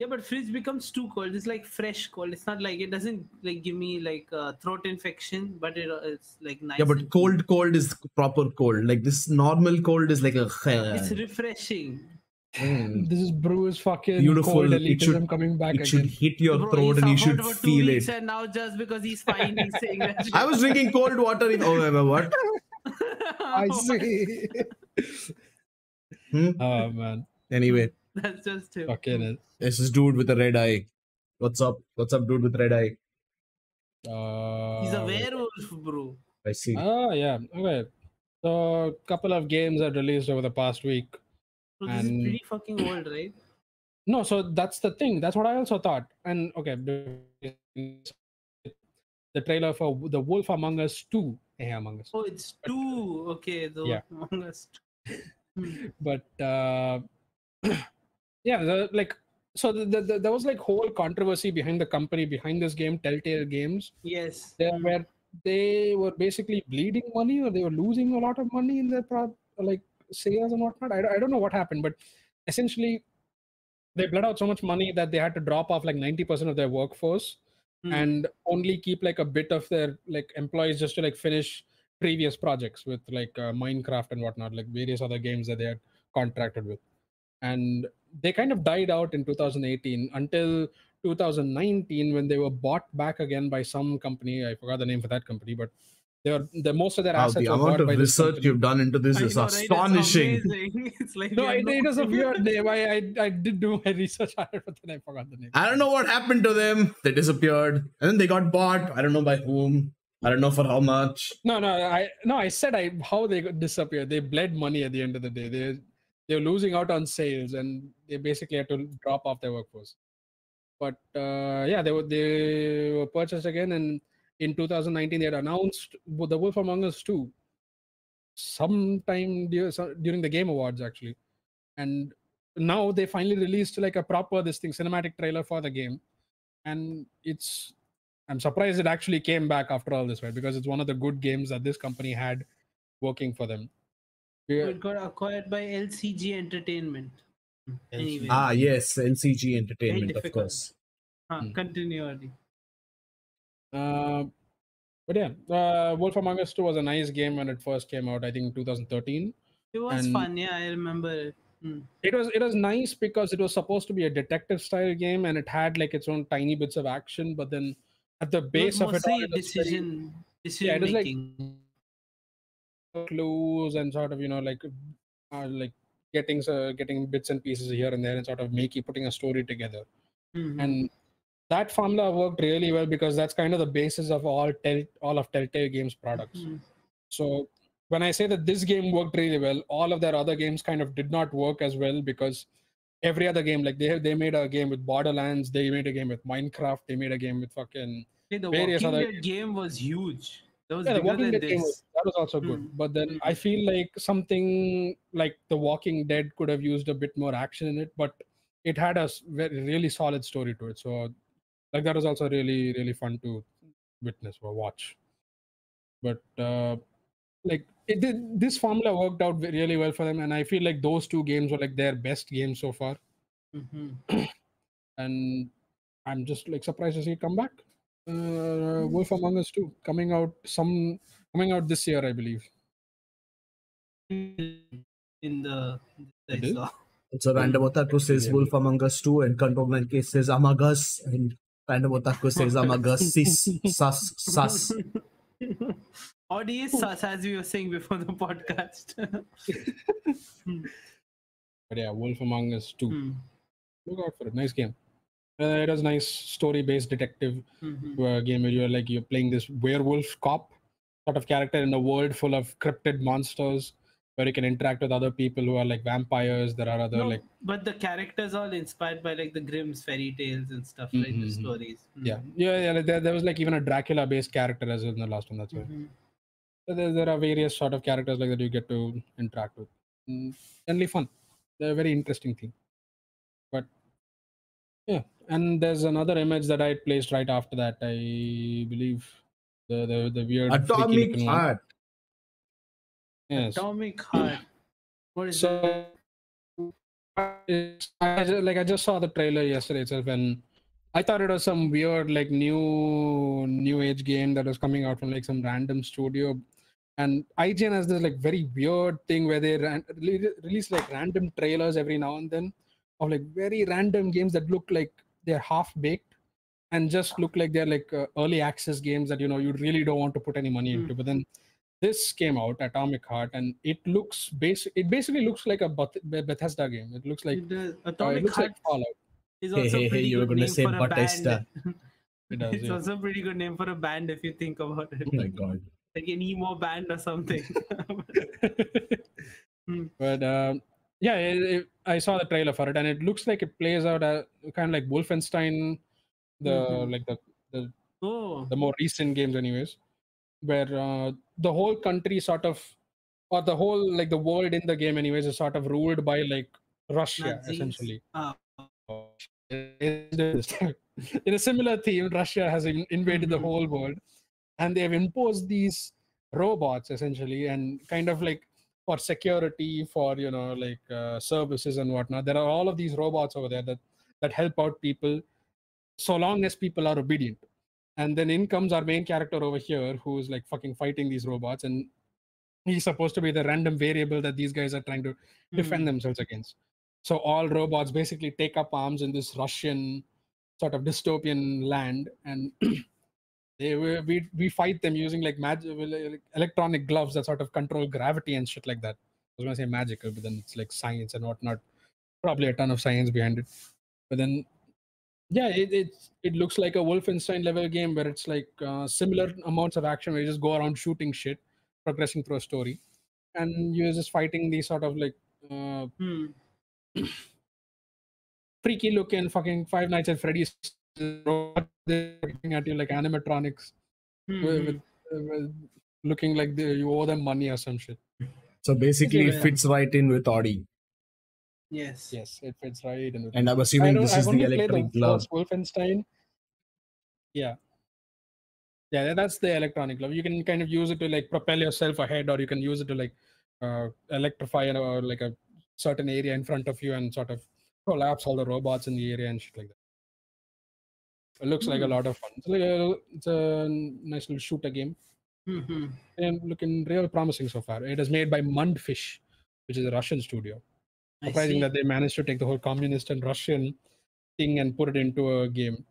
Speaker 3: Yeah, but fridge becomes too cold. It's like fresh cold. It's not like it doesn't like give me like uh, throat infection, but it, uh, it's like nice.
Speaker 1: Yeah, but
Speaker 3: and-
Speaker 1: cold, cold is proper cold. Like this normal cold is like a.
Speaker 3: It's refreshing.
Speaker 1: Mm.
Speaker 2: This is Brew's fucking
Speaker 1: Beautiful.
Speaker 2: cold
Speaker 1: It
Speaker 2: elitism
Speaker 1: should-
Speaker 2: coming back
Speaker 1: It should
Speaker 2: again.
Speaker 1: hit your
Speaker 3: Bro,
Speaker 1: throat, and you
Speaker 3: suffered
Speaker 1: should
Speaker 3: for two
Speaker 1: feel
Speaker 3: weeks
Speaker 1: it.
Speaker 3: And now just because he's fine, he's saying that.
Speaker 1: I was drinking cold water. In, oh, wait, wait, what?
Speaker 2: I see.
Speaker 1: Hmm?
Speaker 2: oh man,
Speaker 1: Anyway,
Speaker 3: That's just him.
Speaker 2: fucking it.
Speaker 1: this is dude with a red eye. What's up? What's up, dude with red eye?
Speaker 2: Uh,
Speaker 3: He's a
Speaker 2: wait.
Speaker 3: werewolf, bro.
Speaker 1: I see.
Speaker 2: Oh yeah. Okay. So couple of games are released over the past week.
Speaker 3: So this
Speaker 2: And-
Speaker 3: is pretty fucking old, right?
Speaker 2: No, so that's the thing. That's what I also thought. And okay, the trailer for The Wolf Among Us 2, eh, Among Us.
Speaker 3: Oh, it's two. Okay, the
Speaker 2: Yeah.
Speaker 3: Among Us Hmm.
Speaker 2: But uh, yeah, the, like, so the, the, the, there was like whole controversy behind the company behind this game, Telltale Games,
Speaker 3: Yes. Hmm.
Speaker 2: there where they were basically bleeding money or they were losing a lot of money in their pro- like sales and whatnot. I, don't- I don't know what happened, but essentially they bled out so much money that they had to drop off like 90% of their workforce.
Speaker 3: Hmm.
Speaker 2: and only keep like a bit of their like employees just to like finish previous projects with like uh, minecraft and whatnot like various other games that they had contracted with and they kind of died out in 2018 until 2019 when they were bought back again by some company i forgot the name for that company but they were the most of their
Speaker 1: Wow,
Speaker 2: assets
Speaker 1: the
Speaker 2: were
Speaker 1: amount
Speaker 2: bought
Speaker 1: of
Speaker 2: by this
Speaker 1: research
Speaker 2: company.
Speaker 1: you've done into this
Speaker 3: I
Speaker 1: is
Speaker 3: know, right? It's
Speaker 1: astonishing.
Speaker 3: amazing. It's like
Speaker 2: no
Speaker 3: we are
Speaker 2: it, it
Speaker 3: not-
Speaker 2: was a weird name i i, I did do my research on it but then i forgot the name
Speaker 1: I don't know what happened to them. They disappeared, and then they got bought. I don't know by whom. I don't know for how much.
Speaker 2: No, no, I no, I said I how they got disappeared. They bled money at the end of the day. They they were losing out on sales, and they basically had to drop off their workforce. But uh, yeah, they were they were purchased again, and in 2019 they had announced wo- The Wolf Among Us 2 sometime dur- so- during the Game Awards actually, and now they finally released like a proper this thing cinematic trailer for the game, and it's I'm surprised it actually came back after all this, right? Because it's one of the good games that this company had working for them. Yeah,
Speaker 3: It got acquired by LCG Entertainment. Anyway,
Speaker 1: Ah, yes, LCG Entertainment, of
Speaker 3: difficult.
Speaker 1: course.
Speaker 3: huh,
Speaker 2: hmm.
Speaker 3: continue. Adi.
Speaker 2: Uh, but yeah, uh, Wolf Among Us 2 was a nice game when it first came out, I think in 2013.
Speaker 3: It was
Speaker 2: And-
Speaker 3: fun. Yeah, I remember. it. Hmm.
Speaker 2: It was it was nice because it was supposed to be a detective style game and it had like its own tiny bits of action, but then at the
Speaker 3: It was
Speaker 2: base of it all,
Speaker 3: mostly
Speaker 2: it was very-
Speaker 3: decision,
Speaker 2: yeah,
Speaker 3: decision
Speaker 2: it was like
Speaker 3: making.
Speaker 2: clues and sort of you know like uh, like getting uh, getting bits and pieces here and there and sort of making putting a story together.
Speaker 3: Mhm.
Speaker 2: and that formula worked really well because that's kind of the basis of all tell all of telltale games products
Speaker 3: Hmm.
Speaker 2: so when i say that this game worked really well all of their other games kind of did not work as well because every other game like they they made a game with borderlands they made a game with minecraft they made a game with fucking
Speaker 3: Hey, the
Speaker 2: various
Speaker 3: Walking
Speaker 2: other
Speaker 3: Dead game was huge. That was
Speaker 2: yeah, the
Speaker 3: bigger
Speaker 2: Walking
Speaker 3: than
Speaker 2: Dead
Speaker 3: this.
Speaker 2: game was, that was also good,
Speaker 3: Mm,
Speaker 2: but then
Speaker 3: mm.
Speaker 2: I feel like something like The Walking Dead could have used a bit more action in it, but it had a s- very really solid story to it. So, like that was also really really fun to witness or watch. But uh, like it did, this formula worked out ve- really well for them, and I feel like those two games were like their best games so far,
Speaker 3: Mhm.
Speaker 2: and I'm just like surprised to see it come back. Uh, Wolf Among Us 2 coming out some coming out this year, I believe.
Speaker 3: In the, in the I
Speaker 2: It is?
Speaker 3: saw.
Speaker 1: It's a random otaku says Wolf Among Us 2 and Control 9K says Among Us and random otaku says Among Us sis sus sus.
Speaker 3: Audi is sus, as we were saying before the podcast.
Speaker 2: But yeah, Wolf Among Us 2.
Speaker 3: Hmm.
Speaker 2: Look out for it. Nice game. Uh, it was nice story-based detective
Speaker 3: Mhm.
Speaker 2: uh, game where you're like you're playing this werewolf cop sort of character in a world full of cryptid monsters where you can interact with other people who are like vampires. There are other
Speaker 3: No,
Speaker 2: like
Speaker 3: but the characters all inspired by like the Grimm's fairy tales and stuff, right?
Speaker 2: Mhm,
Speaker 3: The
Speaker 2: mhm.
Speaker 3: stories. Mm.
Speaker 2: yeah yeah yeah. like, There, there was like even a Dracula-based character as well in the last one. That's why.
Speaker 3: Mhm.
Speaker 2: So there, there are various sort of characters like that you get to interact with. Mm, Generally fun. They're a very interesting thing. But yeah, and there's another image that I placed right after that. I believe the the, the weird freaky
Speaker 1: Atomic
Speaker 2: looking one.
Speaker 1: Heart.
Speaker 2: Yes.
Speaker 3: Atomic Heart. What is that?
Speaker 2: So it's- I ju- like I just saw the trailer yesterday itself, and I thought it was some weird like new new age game that was coming out from like some random studio. And IGN has this like very weird thing where they ran, rele- release like random trailers every now and then of like very random games that look like they're half baked and just look like they're like uh, early access games that you know you really don't want to put any money
Speaker 3: Mm.
Speaker 2: into. But then this came out atomic heart and it looks basic it basically looks like a Beth- Beth- bethesda game it looks like
Speaker 3: It does-
Speaker 2: uh, it
Speaker 3: Hmm. Atomic
Speaker 2: looks
Speaker 3: Heart
Speaker 2: like fallout
Speaker 3: is
Speaker 1: Hey,
Speaker 3: also
Speaker 1: hey, hey,
Speaker 3: a pretty
Speaker 1: you were
Speaker 3: good
Speaker 1: gonna
Speaker 3: name
Speaker 1: say
Speaker 3: for a
Speaker 1: Batista.
Speaker 3: band.
Speaker 2: It does,
Speaker 3: it's
Speaker 2: yeah.
Speaker 3: also a pretty good name for a band if you think about it.
Speaker 1: Oh my god.
Speaker 3: Like an emo band or something. Hmm.
Speaker 2: but um, yeah it, it, i saw the trailer for it and it looks like it plays out uh, kind of like wolfenstein the
Speaker 3: Mhm.
Speaker 2: like the,
Speaker 3: oh.
Speaker 2: the more recent games anyways where uh, the whole country sort of or the whole like the world in the game anyways is sort of ruled by like russia
Speaker 3: Nazis.
Speaker 2: essentially
Speaker 3: Ah.
Speaker 2: in a similar theme, Russia has in- invaded the
Speaker 3: Mhm.
Speaker 2: whole world, and they have imposed these robots essentially, and kind of like for security, for you know, like uh, services and whatnot. There are all of these robots over there that that help out people, so long as people are obedient. And then in comes our main character over here, who is like fucking fighting these robots, and he's supposed to be the random variable that these guys are trying to
Speaker 3: hmm,
Speaker 2: defend themselves against. So all robots basically take up arms in this Russian sort of dystopian land, and they were- we we fight them using like magic electronic gloves that sort of control gravity and shit like that. I was gonna say magical, but then it's like science and whatnot. Probably a ton of science behind it. But then, yeah, it it's, it looks like a Wolfenstein level game where it's like uh, similar amounts of action where you just go around shooting shit, progressing through a story, and you're just fighting these sort of like uh,
Speaker 3: Hmm.
Speaker 2: freaky looking fucking Five Nights at Freddy's robot they're looking at you like animatronics,
Speaker 3: Hmm.
Speaker 2: with- with- uh, with- looking like they, you owe them money or some shit.
Speaker 1: So basically it
Speaker 3: Yeah.
Speaker 1: fits right in with Audi.
Speaker 3: Yes.
Speaker 2: Yes, it fits right. And
Speaker 1: And I'm
Speaker 2: I
Speaker 1: assuming
Speaker 2: don't-
Speaker 1: this
Speaker 2: I've
Speaker 1: is the
Speaker 2: only played
Speaker 1: electric glove.
Speaker 2: first Wolfenstein. Yeah. Yeah, tha- that's the electronic glove. You can kind of use it to like propel yourself ahead, or you can use it to like uh, electrify an- or like a certain area in front of you and sort of collapse all the robots in the area and shit like that. It looks like a
Speaker 3: Hmm.
Speaker 2: lot of fun. It's, like a, it's a nice little shooter game
Speaker 3: hmm
Speaker 2: and looking real promising so far. It is made by Mundfish, which is a Russian studio
Speaker 3: I
Speaker 2: surprising
Speaker 3: see.
Speaker 2: that they managed to take the whole communist and Russian thing and put it into a game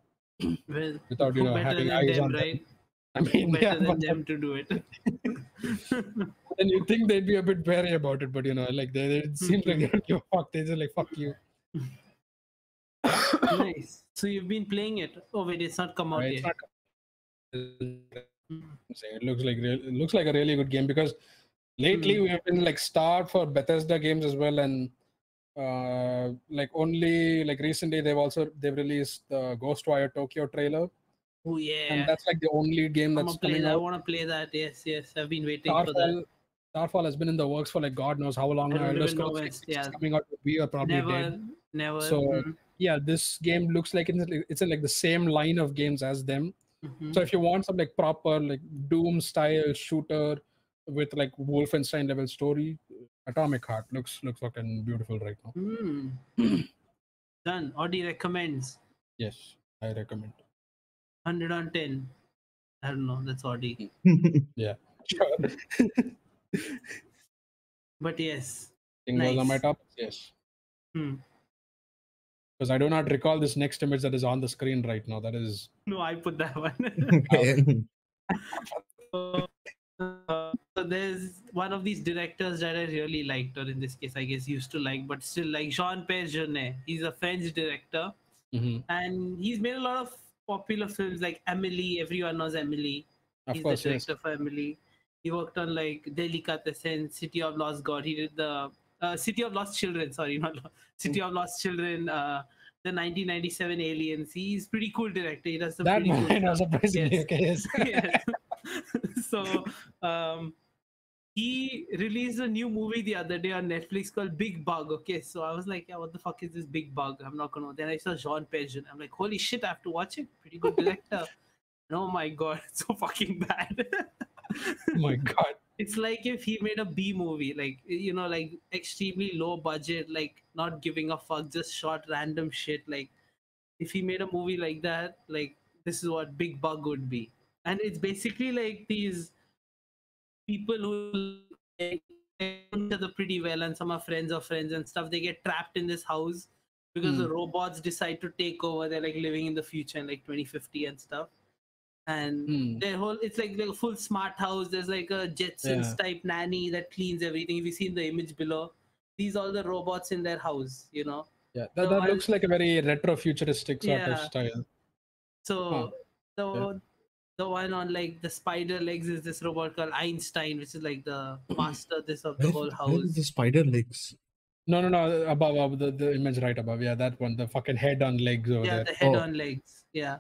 Speaker 3: Well,
Speaker 2: without you
Speaker 3: who
Speaker 2: know
Speaker 3: better
Speaker 2: having
Speaker 3: than
Speaker 2: eyes
Speaker 3: them,
Speaker 2: on them.
Speaker 3: right?
Speaker 2: I mean,
Speaker 3: Better
Speaker 2: yeah,
Speaker 3: than
Speaker 2: but
Speaker 3: them to do it.
Speaker 2: then you think they'd be a bit wary about it, but you know, like they, they
Speaker 3: Hmm.
Speaker 2: it seems like they don't give a fuck. They just like fuck you.
Speaker 3: nice. So you've been playing it. Oh wait, it's not come out
Speaker 2: Right? It's
Speaker 3: yet. Hmm.
Speaker 2: not- It looks like real, it looks like a really good game because lately
Speaker 3: Hmm.
Speaker 2: we have been like starved for Bethesda games as well, and uh like only like recently they've also they've released the Ghostwire Tokyo trailer,
Speaker 3: Oh
Speaker 2: and
Speaker 3: yeah.
Speaker 2: that's like the only game
Speaker 3: I'm
Speaker 2: that's
Speaker 3: gonna play
Speaker 2: coming
Speaker 3: that. I
Speaker 2: out.
Speaker 3: wanna play that. Yes, yes. I've been waiting for that.
Speaker 2: Starfall, Starfall has been in the works for like God knows how long
Speaker 3: I
Speaker 2: now.
Speaker 3: don't
Speaker 2: Elder
Speaker 3: even know
Speaker 2: Scrolls
Speaker 3: when
Speaker 2: VI
Speaker 3: it's-
Speaker 2: is
Speaker 3: yeah.
Speaker 2: coming out. We are probably
Speaker 3: Never
Speaker 2: dead.
Speaker 3: never mm,
Speaker 2: So, Yeah, this game looks like it's, it's in like the same line of games as them.
Speaker 3: mhm.
Speaker 2: So if you want some like proper like Doom style shooter with like Wolfenstein level story, Atomic Heart looks looks fucking beautiful right now.
Speaker 3: Hmm. Done. Audi recommends
Speaker 2: Yes, I recommend.
Speaker 3: 100 on 10. I don't know. That's Audi.
Speaker 2: Sure.
Speaker 3: But yes.
Speaker 2: Thing was on my
Speaker 3: Nice.
Speaker 2: top. Yes.
Speaker 3: Hmm.
Speaker 2: because I do not recall this next image that is on the screen right now. That is
Speaker 3: No, I put that one. Uh, so there's one of these directors that I really liked, or in this case, I guess used to like, but still like Jean Pierre Jeunet. He's a French director,
Speaker 2: Mhm.
Speaker 3: and he's made a lot of popular films like Emily. Everyone knows Emily.
Speaker 2: of
Speaker 3: he's
Speaker 2: course
Speaker 3: the
Speaker 2: yes.
Speaker 3: director for Emily. He worked on like Delicatessen, City of Lost God. He did the uh, City of Lost Children. Sorry, not Lo- City of Lost Children. Uh, the 1997 Aliens. He's pretty cool director. He does some
Speaker 2: That
Speaker 3: pretty cool
Speaker 2: one
Speaker 3: stuff.
Speaker 2: was surprisingly
Speaker 3: Yes.
Speaker 2: okay. Yes.
Speaker 3: Yes. so um he released a new movie the other day on Netflix called Big Bug. Okay, so I was like, yeah, what the fuck is this Big Bug? I'm not gonna. Then I saw Jean Pigeon. I'm like, holy shit, I have to watch it. Pretty good director. and oh my god, it's so fucking bad.
Speaker 2: oh my god.
Speaker 3: it's like if he made a B movie, like you know, like extremely low budget, like not giving a fuck, just shot random shit. Like if he made a movie like that, like this is what Big Bug would be, and it's basically like these people who like, know each other pretty well, and some are friends of friends and stuff. They get trapped in this house because the robots decide to take over. They're like living in the future, in like 2050 and stuff, and
Speaker 2: Hmm.
Speaker 3: their whole it's like, like a full smart house there's like a jetsons
Speaker 2: Yeah.
Speaker 3: type nanny that cleans everything if you see in the image below these are all the robots in their house you know
Speaker 2: Yeah, that,
Speaker 3: So
Speaker 2: that
Speaker 3: I-
Speaker 2: looks like a very retro futuristic sort of
Speaker 3: Yeah. Oh.
Speaker 2: style. Hmm.
Speaker 3: so
Speaker 2: Huh.
Speaker 3: the one- the one on like the spider legs is this robot called einstein which is like the master this of the whole house
Speaker 1: the spider legs?
Speaker 2: No, no, no. Above, above the, the image right above. Yeah, that one. The fucking head on legs over
Speaker 3: yeah
Speaker 2: there.
Speaker 3: the head
Speaker 1: Oh.
Speaker 3: on legs yeah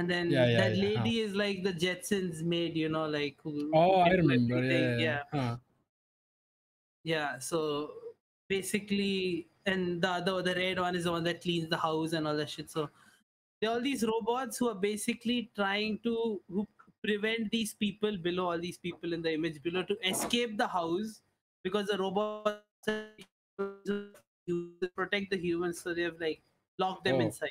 Speaker 3: and then
Speaker 2: Yeah, yeah,
Speaker 3: that
Speaker 2: yeah, huh.
Speaker 3: lady is like the jetsons maid you know like who, who
Speaker 2: Oh, I
Speaker 3: can do
Speaker 2: remember.
Speaker 3: everything,
Speaker 2: Yeah, yeah. Huh.
Speaker 3: Yeah, so basically, and the other, the red one is the one that cleans the house and all that shit. So there are all these robots who are basically trying to who prevent these people below, all these people in the image below, to escape the house because the robots are used to protect the humans, so they have like locked them
Speaker 2: Oh.
Speaker 3: inside.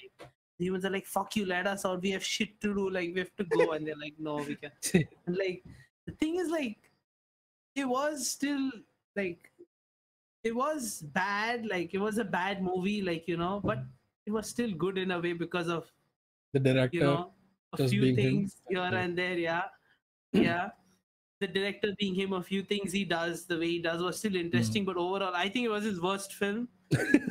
Speaker 3: The humans are like, "Fuck you, let us out. We have shit to do. Like we have to go," and they're like, "No, we can." And like the thing is like it was still like it was bad, like it was a bad movie, like you know, but it was still good in a way because of
Speaker 2: The director.
Speaker 3: you know a
Speaker 2: just
Speaker 3: few
Speaker 2: being him.
Speaker 3: things here
Speaker 2: Yeah.
Speaker 3: and there, yeah. Yeah. The director being him, a few things he does, the way he does was
Speaker 2: Hmm.
Speaker 3: still interesting, but overall I think it was his worst film.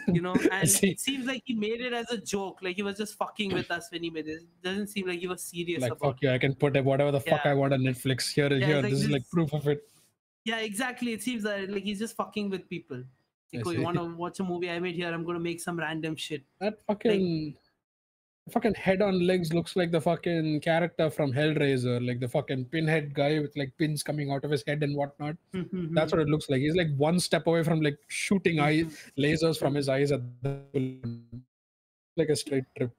Speaker 3: You know, and
Speaker 2: see.
Speaker 3: it seems like he made it as a joke. Like he was just fucking with us when he made this. doesn't seem like he was serious
Speaker 2: like
Speaker 3: about
Speaker 2: fuck you, I can put whatever the fuck
Speaker 3: Yeah.
Speaker 2: I want on Netflix. Here,
Speaker 3: it's
Speaker 2: here.
Speaker 3: like
Speaker 2: this is like
Speaker 3: this-
Speaker 2: proof of it.
Speaker 3: Yeah, exactly. It seems that like he's just fucking with people.
Speaker 2: I
Speaker 3: Like, oh,
Speaker 2: see.
Speaker 3: you want to watch a movie I made here? I'm gonna make some random shit.
Speaker 2: That fucking the fucking head on legs looks like the fucking character from Hellraiser, like the fucking pinhead guy with like pins coming out of his head and whatnot. That's what it looks like. He's like one step away from like shooting eye
Speaker 3: Mm-hmm.
Speaker 2: lasers from his eyes at the like a straight trip.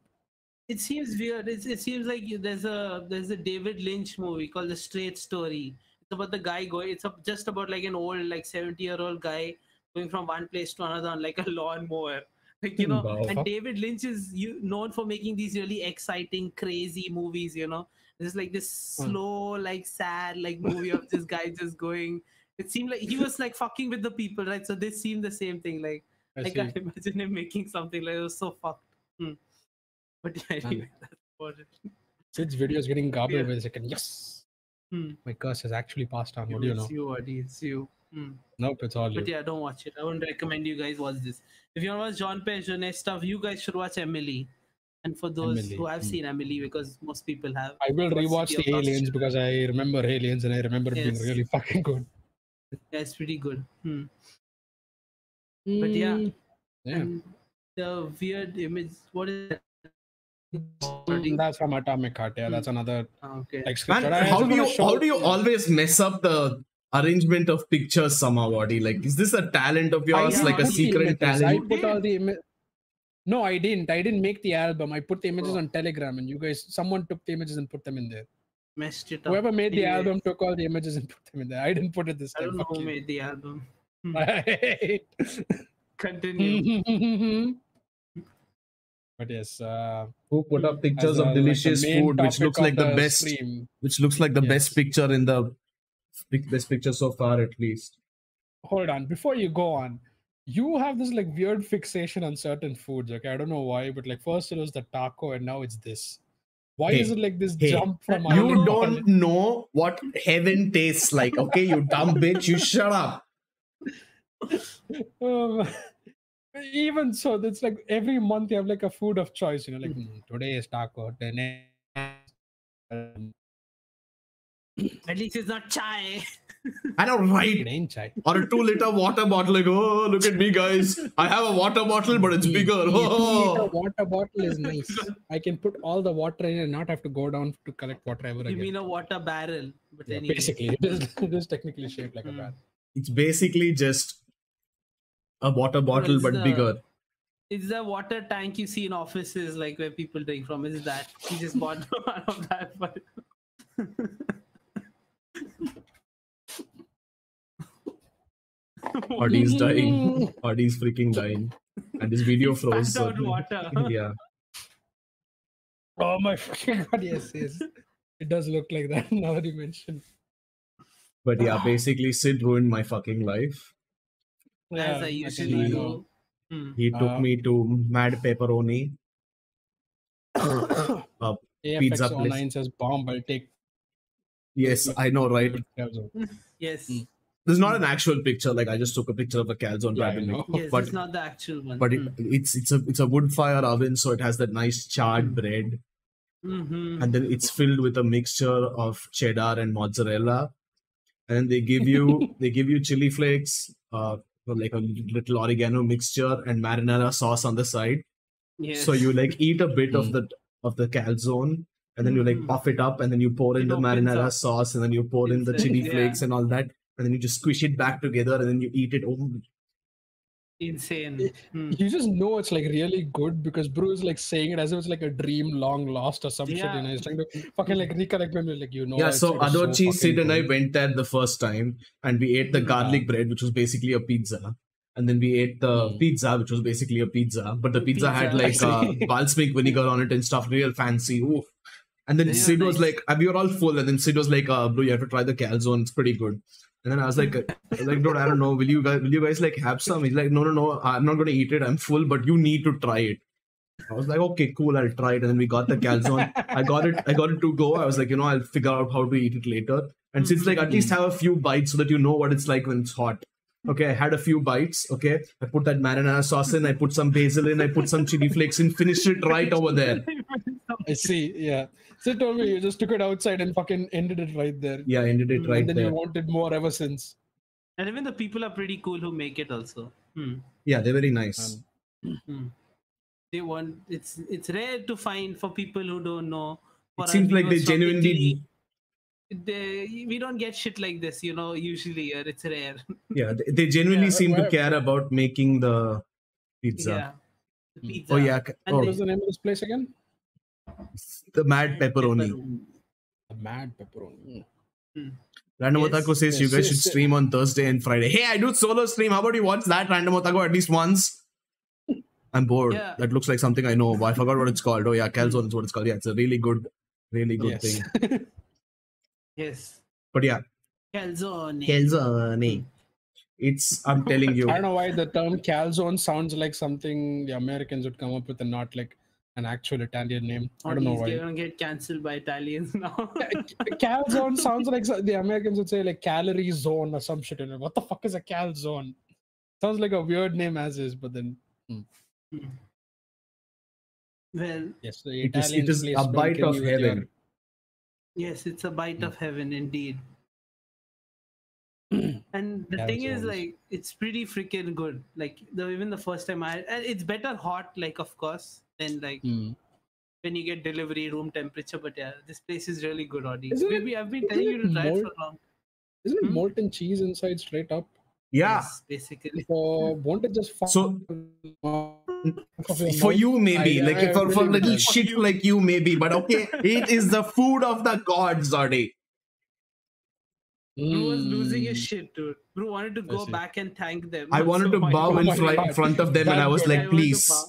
Speaker 3: It seems weird. It, it seems like you, there's a there's a David Lynch movie called The Straight Story. It's about the guy going. It's ab- just about like an old like 70 year old guy going from one place to another on like a lawnmower. Like you know,
Speaker 1: Wow.
Speaker 3: and David Lynch is you known for making these really exciting, crazy movies. You know, there's like this
Speaker 2: Hmm.
Speaker 3: slow, like sad, like movie of this guy just going. It seemed like he was like fucking with the people, right? So they seemed the same thing. Like
Speaker 2: I
Speaker 3: I
Speaker 2: see.
Speaker 3: can't imagine him making something like it was so fucked. Hmm. But yeah,
Speaker 2: Man.
Speaker 3: anyway, that's about it.
Speaker 2: Sid's video is getting gobbled
Speaker 3: uh, Yeah.
Speaker 2: by the second. Yes.
Speaker 3: Hmm.
Speaker 2: My curse has actually passed on.
Speaker 3: You,
Speaker 2: What do you know?
Speaker 3: it's you, Adi, it's you. Hmm.
Speaker 2: Nope, it's all you.
Speaker 3: But yeah, don't watch it. I wouldn't recommend you guys watch this. If you want to watch John Pierre Jeunet stuff, you guys should watch Emily. And for those who
Speaker 2: Emily,
Speaker 3: have
Speaker 2: hmm.
Speaker 3: seen Emily, because most people have.
Speaker 2: I will
Speaker 3: What's
Speaker 2: rewatch
Speaker 3: your
Speaker 2: the
Speaker 3: last-
Speaker 2: aliens because I remember aliens and I remember it being
Speaker 3: Yes.
Speaker 2: really fucking good.
Speaker 3: Yeah, it's pretty good. Hmm. But yeah.
Speaker 2: Mm, Yeah.
Speaker 3: And the weird image. What is that? Hmm.
Speaker 2: Mm, That's from Atomic Heart. Yeah, that's another
Speaker 3: Ah, okay.
Speaker 2: like script.
Speaker 1: Man,
Speaker 2: But I
Speaker 1: how
Speaker 2: just
Speaker 1: do
Speaker 2: wanna
Speaker 1: you
Speaker 2: show-
Speaker 1: how do you always mess up the arrangement of pictures somehow, Adi? Like, is this a talent of
Speaker 2: I
Speaker 1: yours,
Speaker 2: didn't
Speaker 1: like a
Speaker 2: put the
Speaker 1: secret
Speaker 2: images. I
Speaker 1: talent?
Speaker 2: put all the ima- No, I didn't. I didn't make the album. I put the images
Speaker 3: Oh.
Speaker 2: on Telegram, and you guys, someone took the images and put them in there.
Speaker 3: Messed it up.
Speaker 2: Whoever made the
Speaker 3: Anyway,
Speaker 2: album took all the images and put them in there. I didn't put it this
Speaker 3: I
Speaker 2: time.
Speaker 3: don't know
Speaker 2: fuck
Speaker 3: who
Speaker 2: you.
Speaker 3: made the album. Continue.
Speaker 2: Right. but yes, uh,
Speaker 1: Who put up
Speaker 2: as
Speaker 1: pictures
Speaker 2: a-
Speaker 1: of
Speaker 2: like the
Speaker 1: delicious
Speaker 2: main
Speaker 1: food, which
Speaker 2: topic
Speaker 1: looks
Speaker 2: of
Speaker 1: like the best,
Speaker 2: stream.
Speaker 1: which looks like the
Speaker 2: Yes.
Speaker 1: best picture in the big- best picture so far, at least.
Speaker 2: Hold on, before you go on, you have this like weird fixation on certain foods. Okay, I don't know why, but like first it was the taco, and now it's this. Why
Speaker 1: Hey,
Speaker 2: is it like this
Speaker 1: hey,
Speaker 2: jump from?
Speaker 3: I
Speaker 1: You
Speaker 2: island to
Speaker 1: don't
Speaker 2: island?
Speaker 1: know what heaven tastes like, okay? You dumb bitch, you shut up.
Speaker 2: Um, even so, it's like every month you have like a food of choice. You know, like "Mm, today is taco, today um,
Speaker 3: Hmm. At least it's not chai.
Speaker 1: I know, right?
Speaker 2: it ain't chai.
Speaker 1: Or a two liter water bottle, like, oh, look at me, guys. I have a water bottle, but it's
Speaker 2: The-
Speaker 1: bigger.
Speaker 2: the
Speaker 1: Oh.
Speaker 2: two-liter water bottle is nice. I can put all the water in and not have to go down to collect water ever
Speaker 3: You
Speaker 2: again.
Speaker 3: mean a water barrel? But
Speaker 2: Yeah,
Speaker 3: anyway.
Speaker 2: basically, it is, it is technically shaped like a
Speaker 3: Mm.
Speaker 2: bat.
Speaker 1: It's basically just a water bottle,
Speaker 3: it's
Speaker 1: but
Speaker 3: the-
Speaker 1: bigger.
Speaker 3: It's the water tank you see in offices, like where people drink from. Is that he just bought one of that? But
Speaker 1: Audie's dying. Audie's freaking dying. And this video froze.
Speaker 3: spat out
Speaker 1: so-
Speaker 3: water.
Speaker 1: yeah.
Speaker 2: Oh my fucking god! Yes, yes. It does look like that now that you mention.
Speaker 1: But yeah, basically, Sid ruined my fucking life.
Speaker 3: As I
Speaker 2: can
Speaker 3: usually
Speaker 1: know.
Speaker 3: do. Hmm.
Speaker 1: He took
Speaker 2: Uh,
Speaker 1: me to Mad Pepperoni. Uh, Pizza
Speaker 2: AFX
Speaker 1: place.
Speaker 2: online says bomb. I'll take.
Speaker 1: Yes, I know, right?
Speaker 3: Yes.
Speaker 1: Hmm.
Speaker 2: Mm.
Speaker 1: There's not an actual picture. Like I just took a picture of a calzone
Speaker 2: Yeah, I
Speaker 1: wrap and
Speaker 2: know.
Speaker 1: like-
Speaker 3: Yes,
Speaker 1: But-
Speaker 3: it's not mm. the actual one.
Speaker 1: but it, it's it's a it's a wood fire oven, so it has that nice
Speaker 2: Mm.
Speaker 1: charred bread,
Speaker 3: mm-hmm.
Speaker 1: and then it's filled with a mixture of cheddar and mozzarella, and then they give you they give you chili flakes, uh, or like a little oregano mixture and marinara sauce on the side.
Speaker 3: yes.
Speaker 1: So you like eat a bit of
Speaker 2: Mm.
Speaker 1: the of the calzone. And then you like
Speaker 3: Mhm.
Speaker 1: puff it up, and then you pour in
Speaker 3: It
Speaker 1: the
Speaker 3: opens
Speaker 1: marinara
Speaker 3: up.
Speaker 1: sauce, and then you pour in the
Speaker 3: Inside,
Speaker 1: chili
Speaker 3: yeah.
Speaker 1: flakes and all that, and then you just squish it back together, and then you eat it. Oh,
Speaker 3: insane. Hmm.
Speaker 2: You just know it's like really good because Bru is like saying it as if it's like a dream long lost or some shit. You
Speaker 3: Yeah.
Speaker 2: know, he's trying to fucking like reconnect when you're like you know.
Speaker 1: yeah,
Speaker 2: it's,
Speaker 1: so
Speaker 2: like, so
Speaker 1: Adochi, Sid,
Speaker 2: fucking
Speaker 1: and I
Speaker 2: good.
Speaker 1: went there the first time, and we ate the
Speaker 3: Mm.
Speaker 1: garlic bread, which was basically a pizza, and then we ate the
Speaker 2: Mm.
Speaker 1: pizza, which was basically a pizza, but the
Speaker 3: The
Speaker 1: pizza, had
Speaker 3: pizza.
Speaker 1: like uh, balsamic vinegar on it and stuff, real fancy. Ooh. And then
Speaker 3: Yeah,
Speaker 1: Sid was
Speaker 3: nice.
Speaker 1: like, uh, "We were all full," and then Sid was like, uh, "Blue, you have to try the calzone; it's pretty good." And then I was like, uh, "Like, dude, I don't know. Will you guys, will you guys like have some?" He's like, "No, no, no. I'm not gonna eat it. I'm full, but you need to try it." I was like, "Okay, cool. I'll try it." And then we got the calzone. I got it. I got it to go. I was like, you know, I'll figure out how to eat it later. And since like at least
Speaker 2: Mm-hmm.
Speaker 1: have a few bites so that you know what it's like when it's hot. Okay, I had a few bites. Okay, I put that marinara sauce in. I put some basil in. I put some chili flakes in. Finished it right over there.
Speaker 2: I see. Yeah, Sid told me you just took it outside and fucking ended it right there.
Speaker 1: Yeah, ended it right
Speaker 2: and Mm, then
Speaker 1: there.
Speaker 2: you wanted more ever since.
Speaker 3: and even the people are pretty cool who make it also. Hmm.
Speaker 1: Yeah, they're very nice.
Speaker 2: Um,
Speaker 3: They want it's it's rare to find for people who don't know. For
Speaker 1: It
Speaker 3: our
Speaker 1: seems like they
Speaker 3: viewers from
Speaker 1: genuinely.
Speaker 3: Italy, they, we don't get shit like this, you know. Usually, here it's rare.
Speaker 1: Yeah, they- they genuinely
Speaker 2: Yeah,
Speaker 1: seem to
Speaker 2: where-
Speaker 1: care about making the pizza.
Speaker 3: Yeah. The
Speaker 2: Hmm.
Speaker 3: pizza.
Speaker 1: Oh yeah, c-
Speaker 3: And
Speaker 1: oh,
Speaker 2: What was the name of this place again?
Speaker 1: the mad pepperoni.
Speaker 3: pepperoni.
Speaker 2: The Mad Pepperoni.
Speaker 1: Random
Speaker 3: Yes,
Speaker 1: Otaku says you
Speaker 2: yes,
Speaker 1: guys
Speaker 2: yes,
Speaker 1: should
Speaker 2: yes.
Speaker 1: stream on Thursday and Friday. Hey, I do solo stream. How about you watch that Random Otaku at least once? I'm bored.
Speaker 3: Yeah.
Speaker 1: That looks like something I know. I forgot what it's called. Oh yeah, calzone is what it's called. Yeah, it's a really good, really good
Speaker 2: Yes.
Speaker 1: thing.
Speaker 3: Yes.
Speaker 1: But yeah,
Speaker 3: Calzone.
Speaker 1: calzone. It's I'm telling you.
Speaker 2: I don't know why the term calzone sounds like something the Americans would come up with and not like an actual Italian name. I don't know
Speaker 3: These
Speaker 2: why.
Speaker 3: Gonna get cancelled by Italians now.
Speaker 2: Calzone sounds like so- the Americans would say like calorie zone or some shit. you know. What the fuck is a calzone? Sounds like a weird name as is, but then
Speaker 3: well,
Speaker 2: yes, the
Speaker 1: It is
Speaker 2: Italian
Speaker 1: it is a bite of heaven.
Speaker 3: yes, it's a bite
Speaker 2: Hmm.
Speaker 3: of heaven indeed. and the thing is,
Speaker 2: Calzones.
Speaker 3: like, it's pretty freaking good. Like, the, even the first time I, and it's better hot, like, of course, than like
Speaker 2: Hmm.
Speaker 3: when you get delivery room temperature. But yeah, this place is really good, Audi.
Speaker 2: Isn't it-
Speaker 3: Maybe I've been
Speaker 2: isn't
Speaker 3: telling you
Speaker 2: it
Speaker 3: to try it
Speaker 2: more-
Speaker 3: for long.
Speaker 2: Isn't it
Speaker 3: Hmm?
Speaker 2: molten cheese inside straight up?
Speaker 1: Yeah.
Speaker 3: Yes, basically.
Speaker 2: For won't it just fall
Speaker 1: So-
Speaker 2: off of your
Speaker 1: For
Speaker 2: mouth?
Speaker 1: you maybe.
Speaker 2: I-
Speaker 1: like
Speaker 2: I
Speaker 1: for, for
Speaker 2: really
Speaker 1: little
Speaker 2: don't.
Speaker 1: shit like you maybe. But okay, it is the food of the gods, Zodi.
Speaker 3: Bro was losing his
Speaker 2: Mm.
Speaker 3: shit, dude. Bro wanted to go
Speaker 2: see.
Speaker 3: back and thank them.
Speaker 1: I wanted to bow in
Speaker 2: God.
Speaker 1: fri- in front of them and I was
Speaker 2: Thank
Speaker 1: like,
Speaker 3: God. I want to
Speaker 1: please
Speaker 3: bow."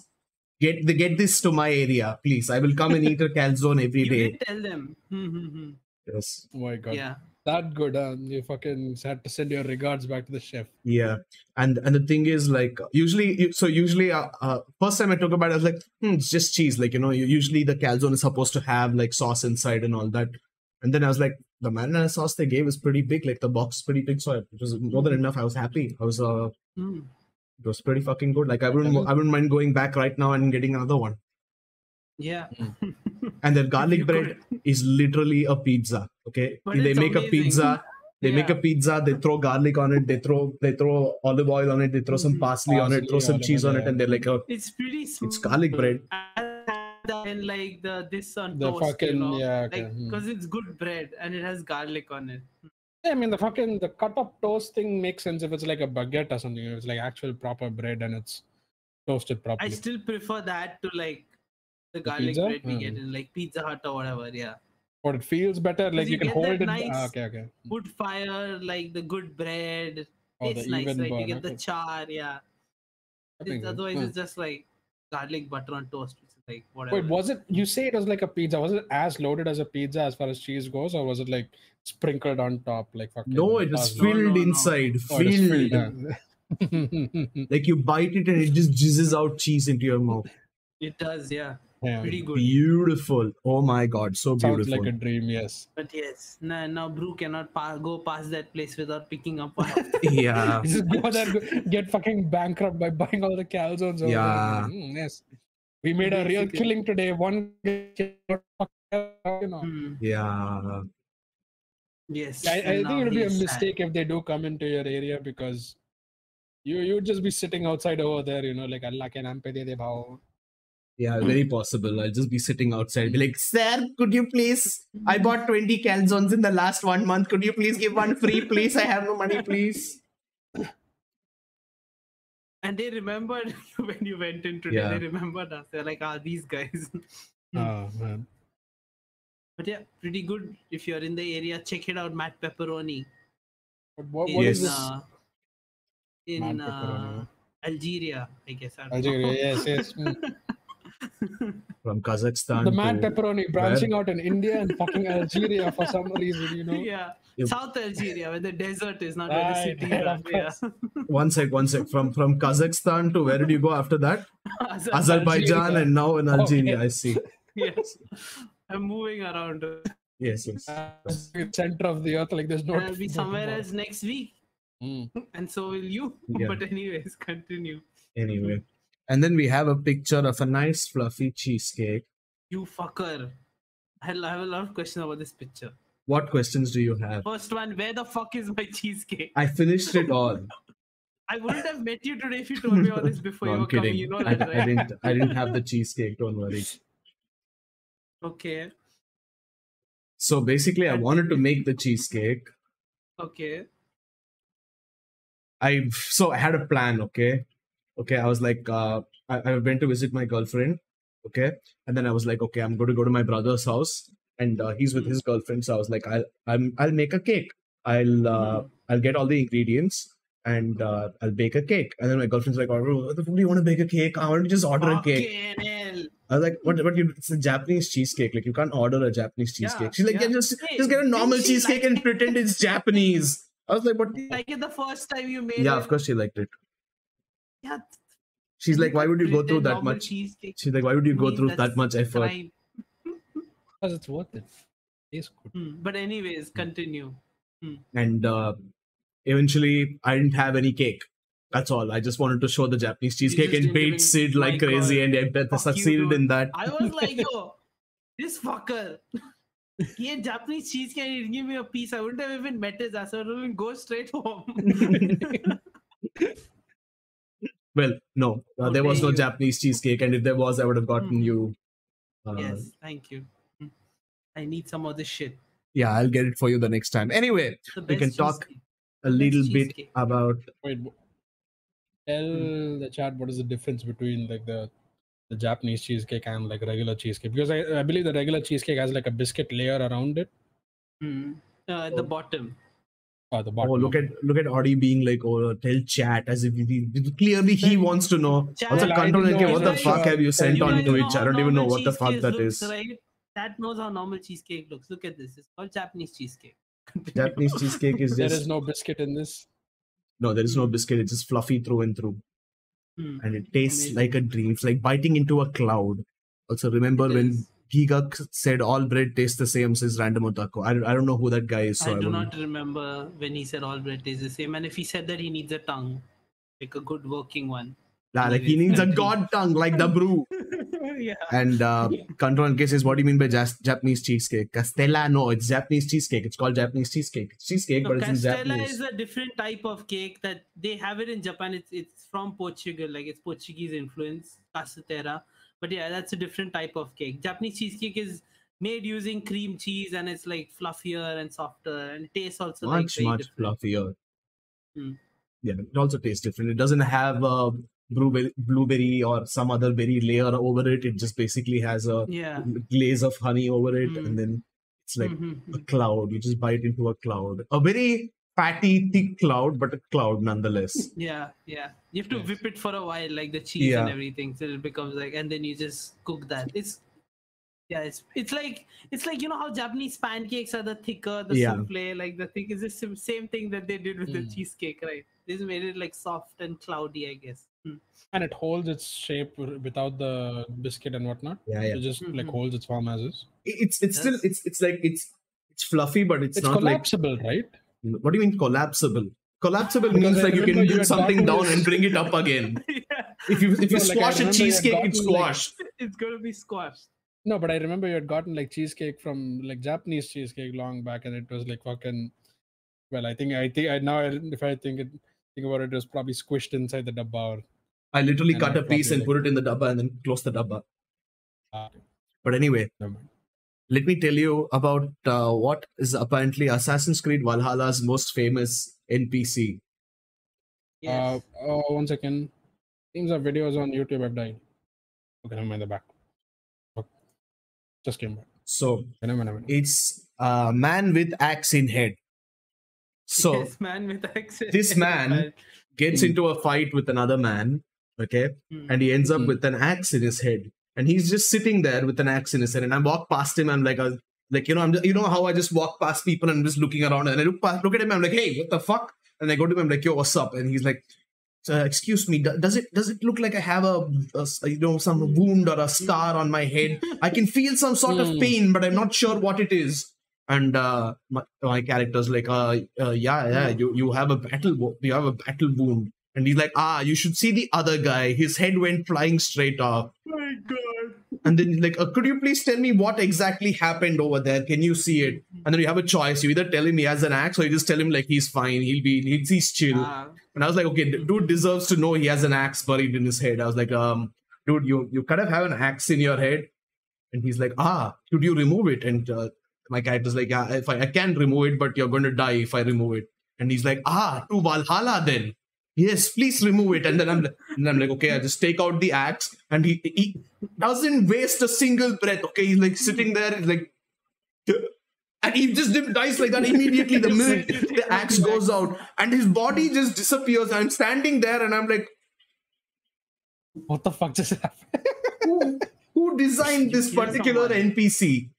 Speaker 1: get the, get this to my area, please. I will come and eat a calzone every
Speaker 3: You
Speaker 1: day.
Speaker 3: did tell them. Hmm, hmm, hmm.
Speaker 1: Yes.
Speaker 2: Oh my god.
Speaker 3: yeah.
Speaker 2: That good. Huh? You fucking had to send your regards back to the chef.
Speaker 1: Yeah, and and the thing is, like, usually, so usually, uh, uh first time I took a bite, I was like, hmm, it's just cheese. Like, you know, you- usually the calzone is supposed to have like sauce inside and all that. And then I was like, the marinara sauce they gave is pretty big. Like the box is pretty big, so it was more than enough. I was happy. I was uh,
Speaker 3: Mm.
Speaker 1: it was pretty fucking good. Like I wouldn't, I wouldn't mind going back right now and getting another one.
Speaker 3: Yeah.
Speaker 1: And their garlic
Speaker 3: You
Speaker 1: bread
Speaker 3: could-
Speaker 1: is literally a pizza. Okay,
Speaker 3: But
Speaker 1: they
Speaker 3: it's
Speaker 1: make a
Speaker 3: amazing.
Speaker 1: pizza. They make a
Speaker 3: Yeah.
Speaker 1: pizza. They throw garlic on it. They throw they throw olive oil on it. They throw some
Speaker 3: Mhm.
Speaker 1: parsley, on it.
Speaker 2: Parsley,
Speaker 1: Throw some
Speaker 2: olive
Speaker 1: cheese
Speaker 2: oil,
Speaker 1: on it,
Speaker 2: yeah.
Speaker 1: and they're like, oh,
Speaker 3: It's pretty smooth.
Speaker 1: it's garlic bread.
Speaker 3: And like the this on
Speaker 2: The
Speaker 3: toast,
Speaker 2: fucking
Speaker 3: you know?
Speaker 2: yeah. Okay.
Speaker 3: like
Speaker 2: hmm.
Speaker 3: because it's good bread and it has garlic on it.
Speaker 2: Yeah, I mean the fucking the cut up toast thing makes sense if it's like a baguette or something. If it's like actual proper bread and it's toasted
Speaker 3: I
Speaker 2: properly.
Speaker 3: still prefer that to like the garlic
Speaker 2: pizza? Hmm.
Speaker 3: bread we get
Speaker 2: Mm.
Speaker 3: in like Pizza Hut or whatever. Yeah,
Speaker 2: But it feels better. Like you,
Speaker 3: you
Speaker 2: can
Speaker 3: get
Speaker 2: hold
Speaker 3: that
Speaker 2: it. ah,
Speaker 3: nice
Speaker 2: okay. Okay.
Speaker 3: wood fire, like the good bread.
Speaker 2: Oh,
Speaker 3: it's nice, right? You get the
Speaker 2: okay.
Speaker 3: char. Yeah,
Speaker 2: I
Speaker 3: It's-
Speaker 2: think-
Speaker 3: otherwise
Speaker 2: hmm.
Speaker 3: it's just like garlic butter on toast. It's like whatever.
Speaker 2: Wait, was it? You say it was like a pizza. Was it as loaded as a pizza as far as cheese goes, or was it like sprinkled on top, like fucking?
Speaker 1: no, it was
Speaker 2: parsley?
Speaker 3: No, no,
Speaker 1: filled
Speaker 3: no.
Speaker 1: inside,
Speaker 2: Oh, it was
Speaker 1: filled.
Speaker 2: filled, yeah.
Speaker 1: Like you bite it and it just jizzes out cheese into your mouth.
Speaker 3: It does. Yeah,
Speaker 2: Yeah.
Speaker 3: pretty good.
Speaker 1: Beautiful. Oh my god, so
Speaker 2: Sounds
Speaker 1: beautiful.
Speaker 2: like a dream. Yes.
Speaker 3: But yes, now, now Brew cannot pa- go past that place without picking up one. of them.
Speaker 1: yeah.
Speaker 2: Just go there, go- get fucking bankrupt by buying all the calzones. over there.
Speaker 1: Yeah.
Speaker 2: Mm, yes. We made a real
Speaker 3: Basically.
Speaker 2: killing today. One, guy got fucked, you know.
Speaker 3: Hmm,
Speaker 1: Yeah.
Speaker 3: Yes,
Speaker 2: I, I
Speaker 3: and now
Speaker 2: think it'll be
Speaker 3: he
Speaker 2: a
Speaker 3: is sad.
Speaker 2: mistake if they do come into your area because you you'd just be sitting outside over there, you know, like Allah ke naam pe de de bhao.
Speaker 1: Yeah, very possible. I'll just be sitting outside, be like, Sir, could you please? I bought 20 calzones in the last one month. Could you please give one free, please? I have no money, please.
Speaker 3: And they remembered when you went in today.
Speaker 1: Yeah.
Speaker 3: They remembered us. They're like, ah, these guys. Hmm.
Speaker 2: Oh, man.
Speaker 3: but yeah, pretty good. If you're in the area, check it out, Matt Pepperoni.
Speaker 2: But what,
Speaker 3: in
Speaker 2: what
Speaker 1: Yes.
Speaker 2: is this?
Speaker 3: uh, in
Speaker 2: Matt Pepperoni,
Speaker 3: uh, Algeria, I guess. I don't
Speaker 2: Algeria,
Speaker 3: know.
Speaker 2: yes, yes. Mm.
Speaker 1: From Kazakhstan.
Speaker 2: The mad
Speaker 1: to-
Speaker 2: pepperoni branching out in India and fucking Algeria for some reason, you know.
Speaker 3: yeah,
Speaker 1: Yep.
Speaker 3: South Algeria, where the desert is not where the
Speaker 2: Right,
Speaker 3: city
Speaker 2: right,
Speaker 3: is.
Speaker 2: of
Speaker 3: yeah.
Speaker 1: one sec, one sec. From from Kazakhstan to where did you go after that? Azerbaijan and now in Algeria. I see.
Speaker 3: yes. I'm moving around.
Speaker 1: Yes, yes.
Speaker 2: Uh, center of the earth, like there's no.
Speaker 3: I'll be somewhere else next week,
Speaker 2: Mm.
Speaker 3: and so will you.
Speaker 1: Yeah.
Speaker 3: But anyways, continue.
Speaker 1: Anyway. And then we have a picture of a nice fluffy cheesecake.
Speaker 3: You fucker. I'll- I have a lot of questions about this picture.
Speaker 1: What questions do you have?
Speaker 3: First one, where the fuck is my cheesecake?
Speaker 1: I finished it all.
Speaker 3: I wouldn't have met you today if you told me all this before
Speaker 1: No,
Speaker 3: you
Speaker 1: I'm
Speaker 3: were coming. You
Speaker 1: kidding.
Speaker 3: know
Speaker 1: I,
Speaker 3: that, right?
Speaker 1: I didn't. I didn't have the cheesecake. Don't worry.
Speaker 3: Okay,
Speaker 1: So basically, I wanted to make the cheesecake.
Speaker 3: okay.
Speaker 1: I so I had a plan. Okay, okay. I was like, uh, I, I went to visit my girlfriend. Okay, and then I was like, okay, I'm going to go to my brother's house, and uh, he's
Speaker 3: Hmm.
Speaker 1: with his girlfriend. So I was like, I'll I'm, I'll make a cake. I'll
Speaker 3: Hmm.
Speaker 1: uh, I'll get all the ingredients and uh, I'll bake a cake. And then my girlfriend's like, oh, what the fuck do you want to bake a cake? I want to just order a cake.
Speaker 3: Fucking hell.
Speaker 1: I was like, what? What? You, it's a Japanese cheesecake. Like you can't order a Japanese
Speaker 3: Yeah,
Speaker 1: cheesecake. She's like, yeah,
Speaker 3: yeah.
Speaker 1: just
Speaker 3: Hey,
Speaker 1: just get a
Speaker 3: didn't
Speaker 1: normal
Speaker 3: she
Speaker 1: cheesecake
Speaker 3: like
Speaker 1: and
Speaker 3: it?
Speaker 1: pretend it's Japanese. I was like, what?
Speaker 3: Like it the first time you made
Speaker 1: Yeah,
Speaker 3: it.
Speaker 1: of course she liked it.
Speaker 3: Yeah,
Speaker 1: She's like,
Speaker 3: you
Speaker 1: why would you go
Speaker 3: pretend
Speaker 1: through that
Speaker 3: normal
Speaker 1: much?
Speaker 3: Cheesecake.
Speaker 1: She's like, why would you go
Speaker 3: Me,
Speaker 1: through that
Speaker 3: that's
Speaker 1: much effort?
Speaker 3: crime.
Speaker 2: Because it's worth it. Tastes good.
Speaker 3: Hmm, But anyways, continue.
Speaker 1: And uh, eventually, I didn't have any cake. That's all. I just wanted to show the Japanese cheesecake
Speaker 3: just
Speaker 1: and
Speaker 3: didn't
Speaker 1: bait
Speaker 3: even-
Speaker 1: Sid like
Speaker 3: my
Speaker 1: crazy,
Speaker 3: God.
Speaker 1: and I bet I
Speaker 3: Fuck you,
Speaker 1: succeeded
Speaker 3: dude.
Speaker 1: in that.
Speaker 3: I was like, yo, this fucker. He had Japanese cheesecake and he didn't give me a piece. I wouldn't have even met his ass. I would have even go straight home.
Speaker 1: Well, no, uh,
Speaker 3: How
Speaker 1: there was
Speaker 3: dare
Speaker 1: no
Speaker 3: Oh, you.
Speaker 1: Japanese cheesecake, and if there was, I would have gotten
Speaker 3: Hmm.
Speaker 1: you. Uh,
Speaker 3: yes, thank you. Hmm. I need some of this shit.
Speaker 1: Yeah, I'll get it for you the next time. Anyway,
Speaker 3: The
Speaker 1: We
Speaker 3: best
Speaker 1: can talk
Speaker 3: cheesecake.
Speaker 1: a
Speaker 3: Nice
Speaker 1: little bit
Speaker 3: cheesecake.
Speaker 1: about
Speaker 2: Wait. wh- Tell the chat what is the difference between like the the Japanese cheesecake and like regular cheesecake because I, I believe the regular cheesecake has like a biscuit layer around it
Speaker 3: Hmm. Uh, at the bottom.
Speaker 2: or the bottom.
Speaker 1: oh look
Speaker 2: of it.
Speaker 1: at look at Audi being like oh tell chat as if he, he- clearly he wants to know
Speaker 3: Chat-
Speaker 1: also
Speaker 2: Well, I
Speaker 1: control
Speaker 2: didn't
Speaker 1: LK
Speaker 2: know
Speaker 1: what the
Speaker 3: either.
Speaker 1: fuck have you sent
Speaker 3: You
Speaker 1: on
Speaker 3: guys know
Speaker 1: Twitch I
Speaker 3: how
Speaker 1: don't even know
Speaker 3: normal
Speaker 1: what the fuck
Speaker 3: cheesecake
Speaker 1: that
Speaker 3: looks,
Speaker 1: is
Speaker 3: Right? That knows how normal cheesecake looks. Look at this. It's called Japanese cheesecake.
Speaker 1: Japanese cheesecake is
Speaker 2: There
Speaker 1: just
Speaker 2: is no biscuit in this.
Speaker 1: no, there is no biscuit. It's just fluffy through and through,
Speaker 3: Hmm.
Speaker 1: and it tastes
Speaker 3: Amazing.
Speaker 1: like a dream. It's like biting into a cloud. Also, remember
Speaker 3: It
Speaker 1: when
Speaker 3: is-
Speaker 1: Giga k- said all bread tastes the same, says Random Otako. I, don't- I don't know who that guy is, so I,
Speaker 3: I do
Speaker 1: wouldn't-
Speaker 3: not remember when he said all bread tastes the same, and if he said that he needs a tongue, like a good working one.
Speaker 1: Nah, like he needs a god tongue like the brew.
Speaker 3: yeah.
Speaker 1: And uh, Control and K says, "What do you mean by jas- Japanese cheesecake? Castella? No, it's Japanese cheesecake. It's called Japanese cheesecake. It's cheesecake,
Speaker 3: So
Speaker 1: but it's in
Speaker 3: Castella
Speaker 1: Japanese.
Speaker 3: is a different type of cake that they have it in Japan. It's it's from Portugal, like it's Portuguese influence, cassatera. But yeah, that's a different type of cake. Japanese cheesecake is made using cream cheese and it's like fluffier and softer and it tastes also like
Speaker 1: much,
Speaker 3: very
Speaker 1: much
Speaker 3: different.
Speaker 1: fluffier.
Speaker 3: Mm.
Speaker 1: Yeah, it also tastes different. It doesn't have a blueberry, blueberry or some other berry layer over it. It just basically has a
Speaker 3: Yeah.
Speaker 1: glaze of honey over it,
Speaker 3: Mm.
Speaker 1: and then it's like
Speaker 3: Mhm,
Speaker 1: a
Speaker 3: mhm.
Speaker 1: cloud. You just bite into a cloud, a very fatty, thick cloud, but a cloud nonetheless.
Speaker 3: Yeah, yeah. You have to
Speaker 2: Yes.
Speaker 3: whip it for a while, like the cheese and
Speaker 1: Yeah.
Speaker 3: everything, till it becomes like, and then you just cook that. It's yeah, it's it's like it's like you know how Japanese pancakes are the thicker, the
Speaker 1: Yeah.
Speaker 3: souffle, like the thing is the same, same thing that they did with
Speaker 2: Mm.
Speaker 3: the cheesecake, right? This made it like soft and cloudy, I guess. Mm.
Speaker 2: And it holds its shape w- without the biscuit and whatnot.
Speaker 1: Yeah, yeah.
Speaker 2: It just like
Speaker 3: Mhm.
Speaker 2: holds its form as is.
Speaker 1: It- It's it's still
Speaker 3: Yes.
Speaker 1: it's it's like it's it's fluffy, but it's,
Speaker 2: It's,
Speaker 1: not like
Speaker 2: collapsible, right?
Speaker 1: what do you mean collapsible? Collapsible
Speaker 2: Because
Speaker 1: means
Speaker 2: I
Speaker 1: like you
Speaker 2: remember
Speaker 1: can
Speaker 2: you
Speaker 1: bring
Speaker 2: had
Speaker 1: something
Speaker 2: gotten
Speaker 1: down
Speaker 2: this-
Speaker 1: and bring it up again.
Speaker 3: yeah,
Speaker 1: If you if you
Speaker 2: No, like,
Speaker 1: squash
Speaker 2: I
Speaker 1: a
Speaker 2: remember you had
Speaker 1: cheesecake, it's
Speaker 2: gotten, like-
Speaker 1: squashed.
Speaker 3: it's gonna be squashed.
Speaker 2: No, but I remember you had gotten like cheesecake from like Japanese cheesecake long back, and it was like fucking. Well, I think I think I now I- if I think it, think about it, it was probably squished inside the dabba. Or,
Speaker 1: I literally
Speaker 2: And
Speaker 1: cut
Speaker 2: I
Speaker 1: a piece
Speaker 2: probably
Speaker 1: and
Speaker 2: like-
Speaker 1: put it in the dabba and then close the dabba.
Speaker 2: Ah.
Speaker 1: But anyway,
Speaker 2: never mind. Uh,
Speaker 1: let me tell you about uh, what is apparently Assassin's Creed Valhalla's most famous NPC.
Speaker 3: Yes.
Speaker 2: uh, oh, one second. Teams of videos on YouTube have died. Okay, never mind the back. Fuck. Just came back.
Speaker 1: So
Speaker 2: Okay, never mind, never mind.
Speaker 1: it's a man with axe in head. So
Speaker 3: yes, man with accent.
Speaker 1: this man- gets
Speaker 2: Mm.
Speaker 1: into a fight with another man, okay,
Speaker 3: Mm.
Speaker 1: and he ends up
Speaker 2: Mm.
Speaker 1: with an axe in his head, and he's just sitting there with an axe in his head. And I walk past him, I'm like, I, like you know, I'm just, you know how I just walk past people and I'm just looking around, and I look past, look at him, I'm like, hey, what the fuck? And I go to him, I'm like, yo, what's up? And he's like. So, excuse me. do- Does it does it look like I have a, a s- you know some wound or a scar on my head? I can feel some sort of
Speaker 2: Mm.
Speaker 1: pain, but I'm not sure what it is. And uh, my, my character's like, uh, uh, yeah, yeah, you, you have a battle, wo- you have a battle wound. And he's like, ah, you should see the other guy. His head went flying straight up.
Speaker 3: my God.
Speaker 1: And then he's like, uh, could you please tell me what exactly happened over there? Can you see it? And then you have a choice. You either tell him he has an axe, or you just tell him like he's fine. He'll be he's, he's chill.
Speaker 3: Ah,
Speaker 1: And I was like, okay, d- dude deserves to know he has an axe buried in his head. I was like, um, dude, you you kind of have an axe in your head. And he's like, ah, should you remove it? And uh, my character's like, yeah, if I, I can remove it, but you're going to die if I remove it. And he's like, ah, to Valhalla then. Yes, please remove it. And then I'm, li- and I'm like, okay, I just take out the axe. And he, he doesn't waste a single breath. Okay, he's like sitting there, he's like, and he just dies like that immediately. The minute the axe goes out, and his body just disappears. I'm standing there, and I'm like,
Speaker 2: What the fuck just happened?
Speaker 1: who, who designed this
Speaker 3: Kill
Speaker 1: particular
Speaker 3: someone.
Speaker 1: NPC?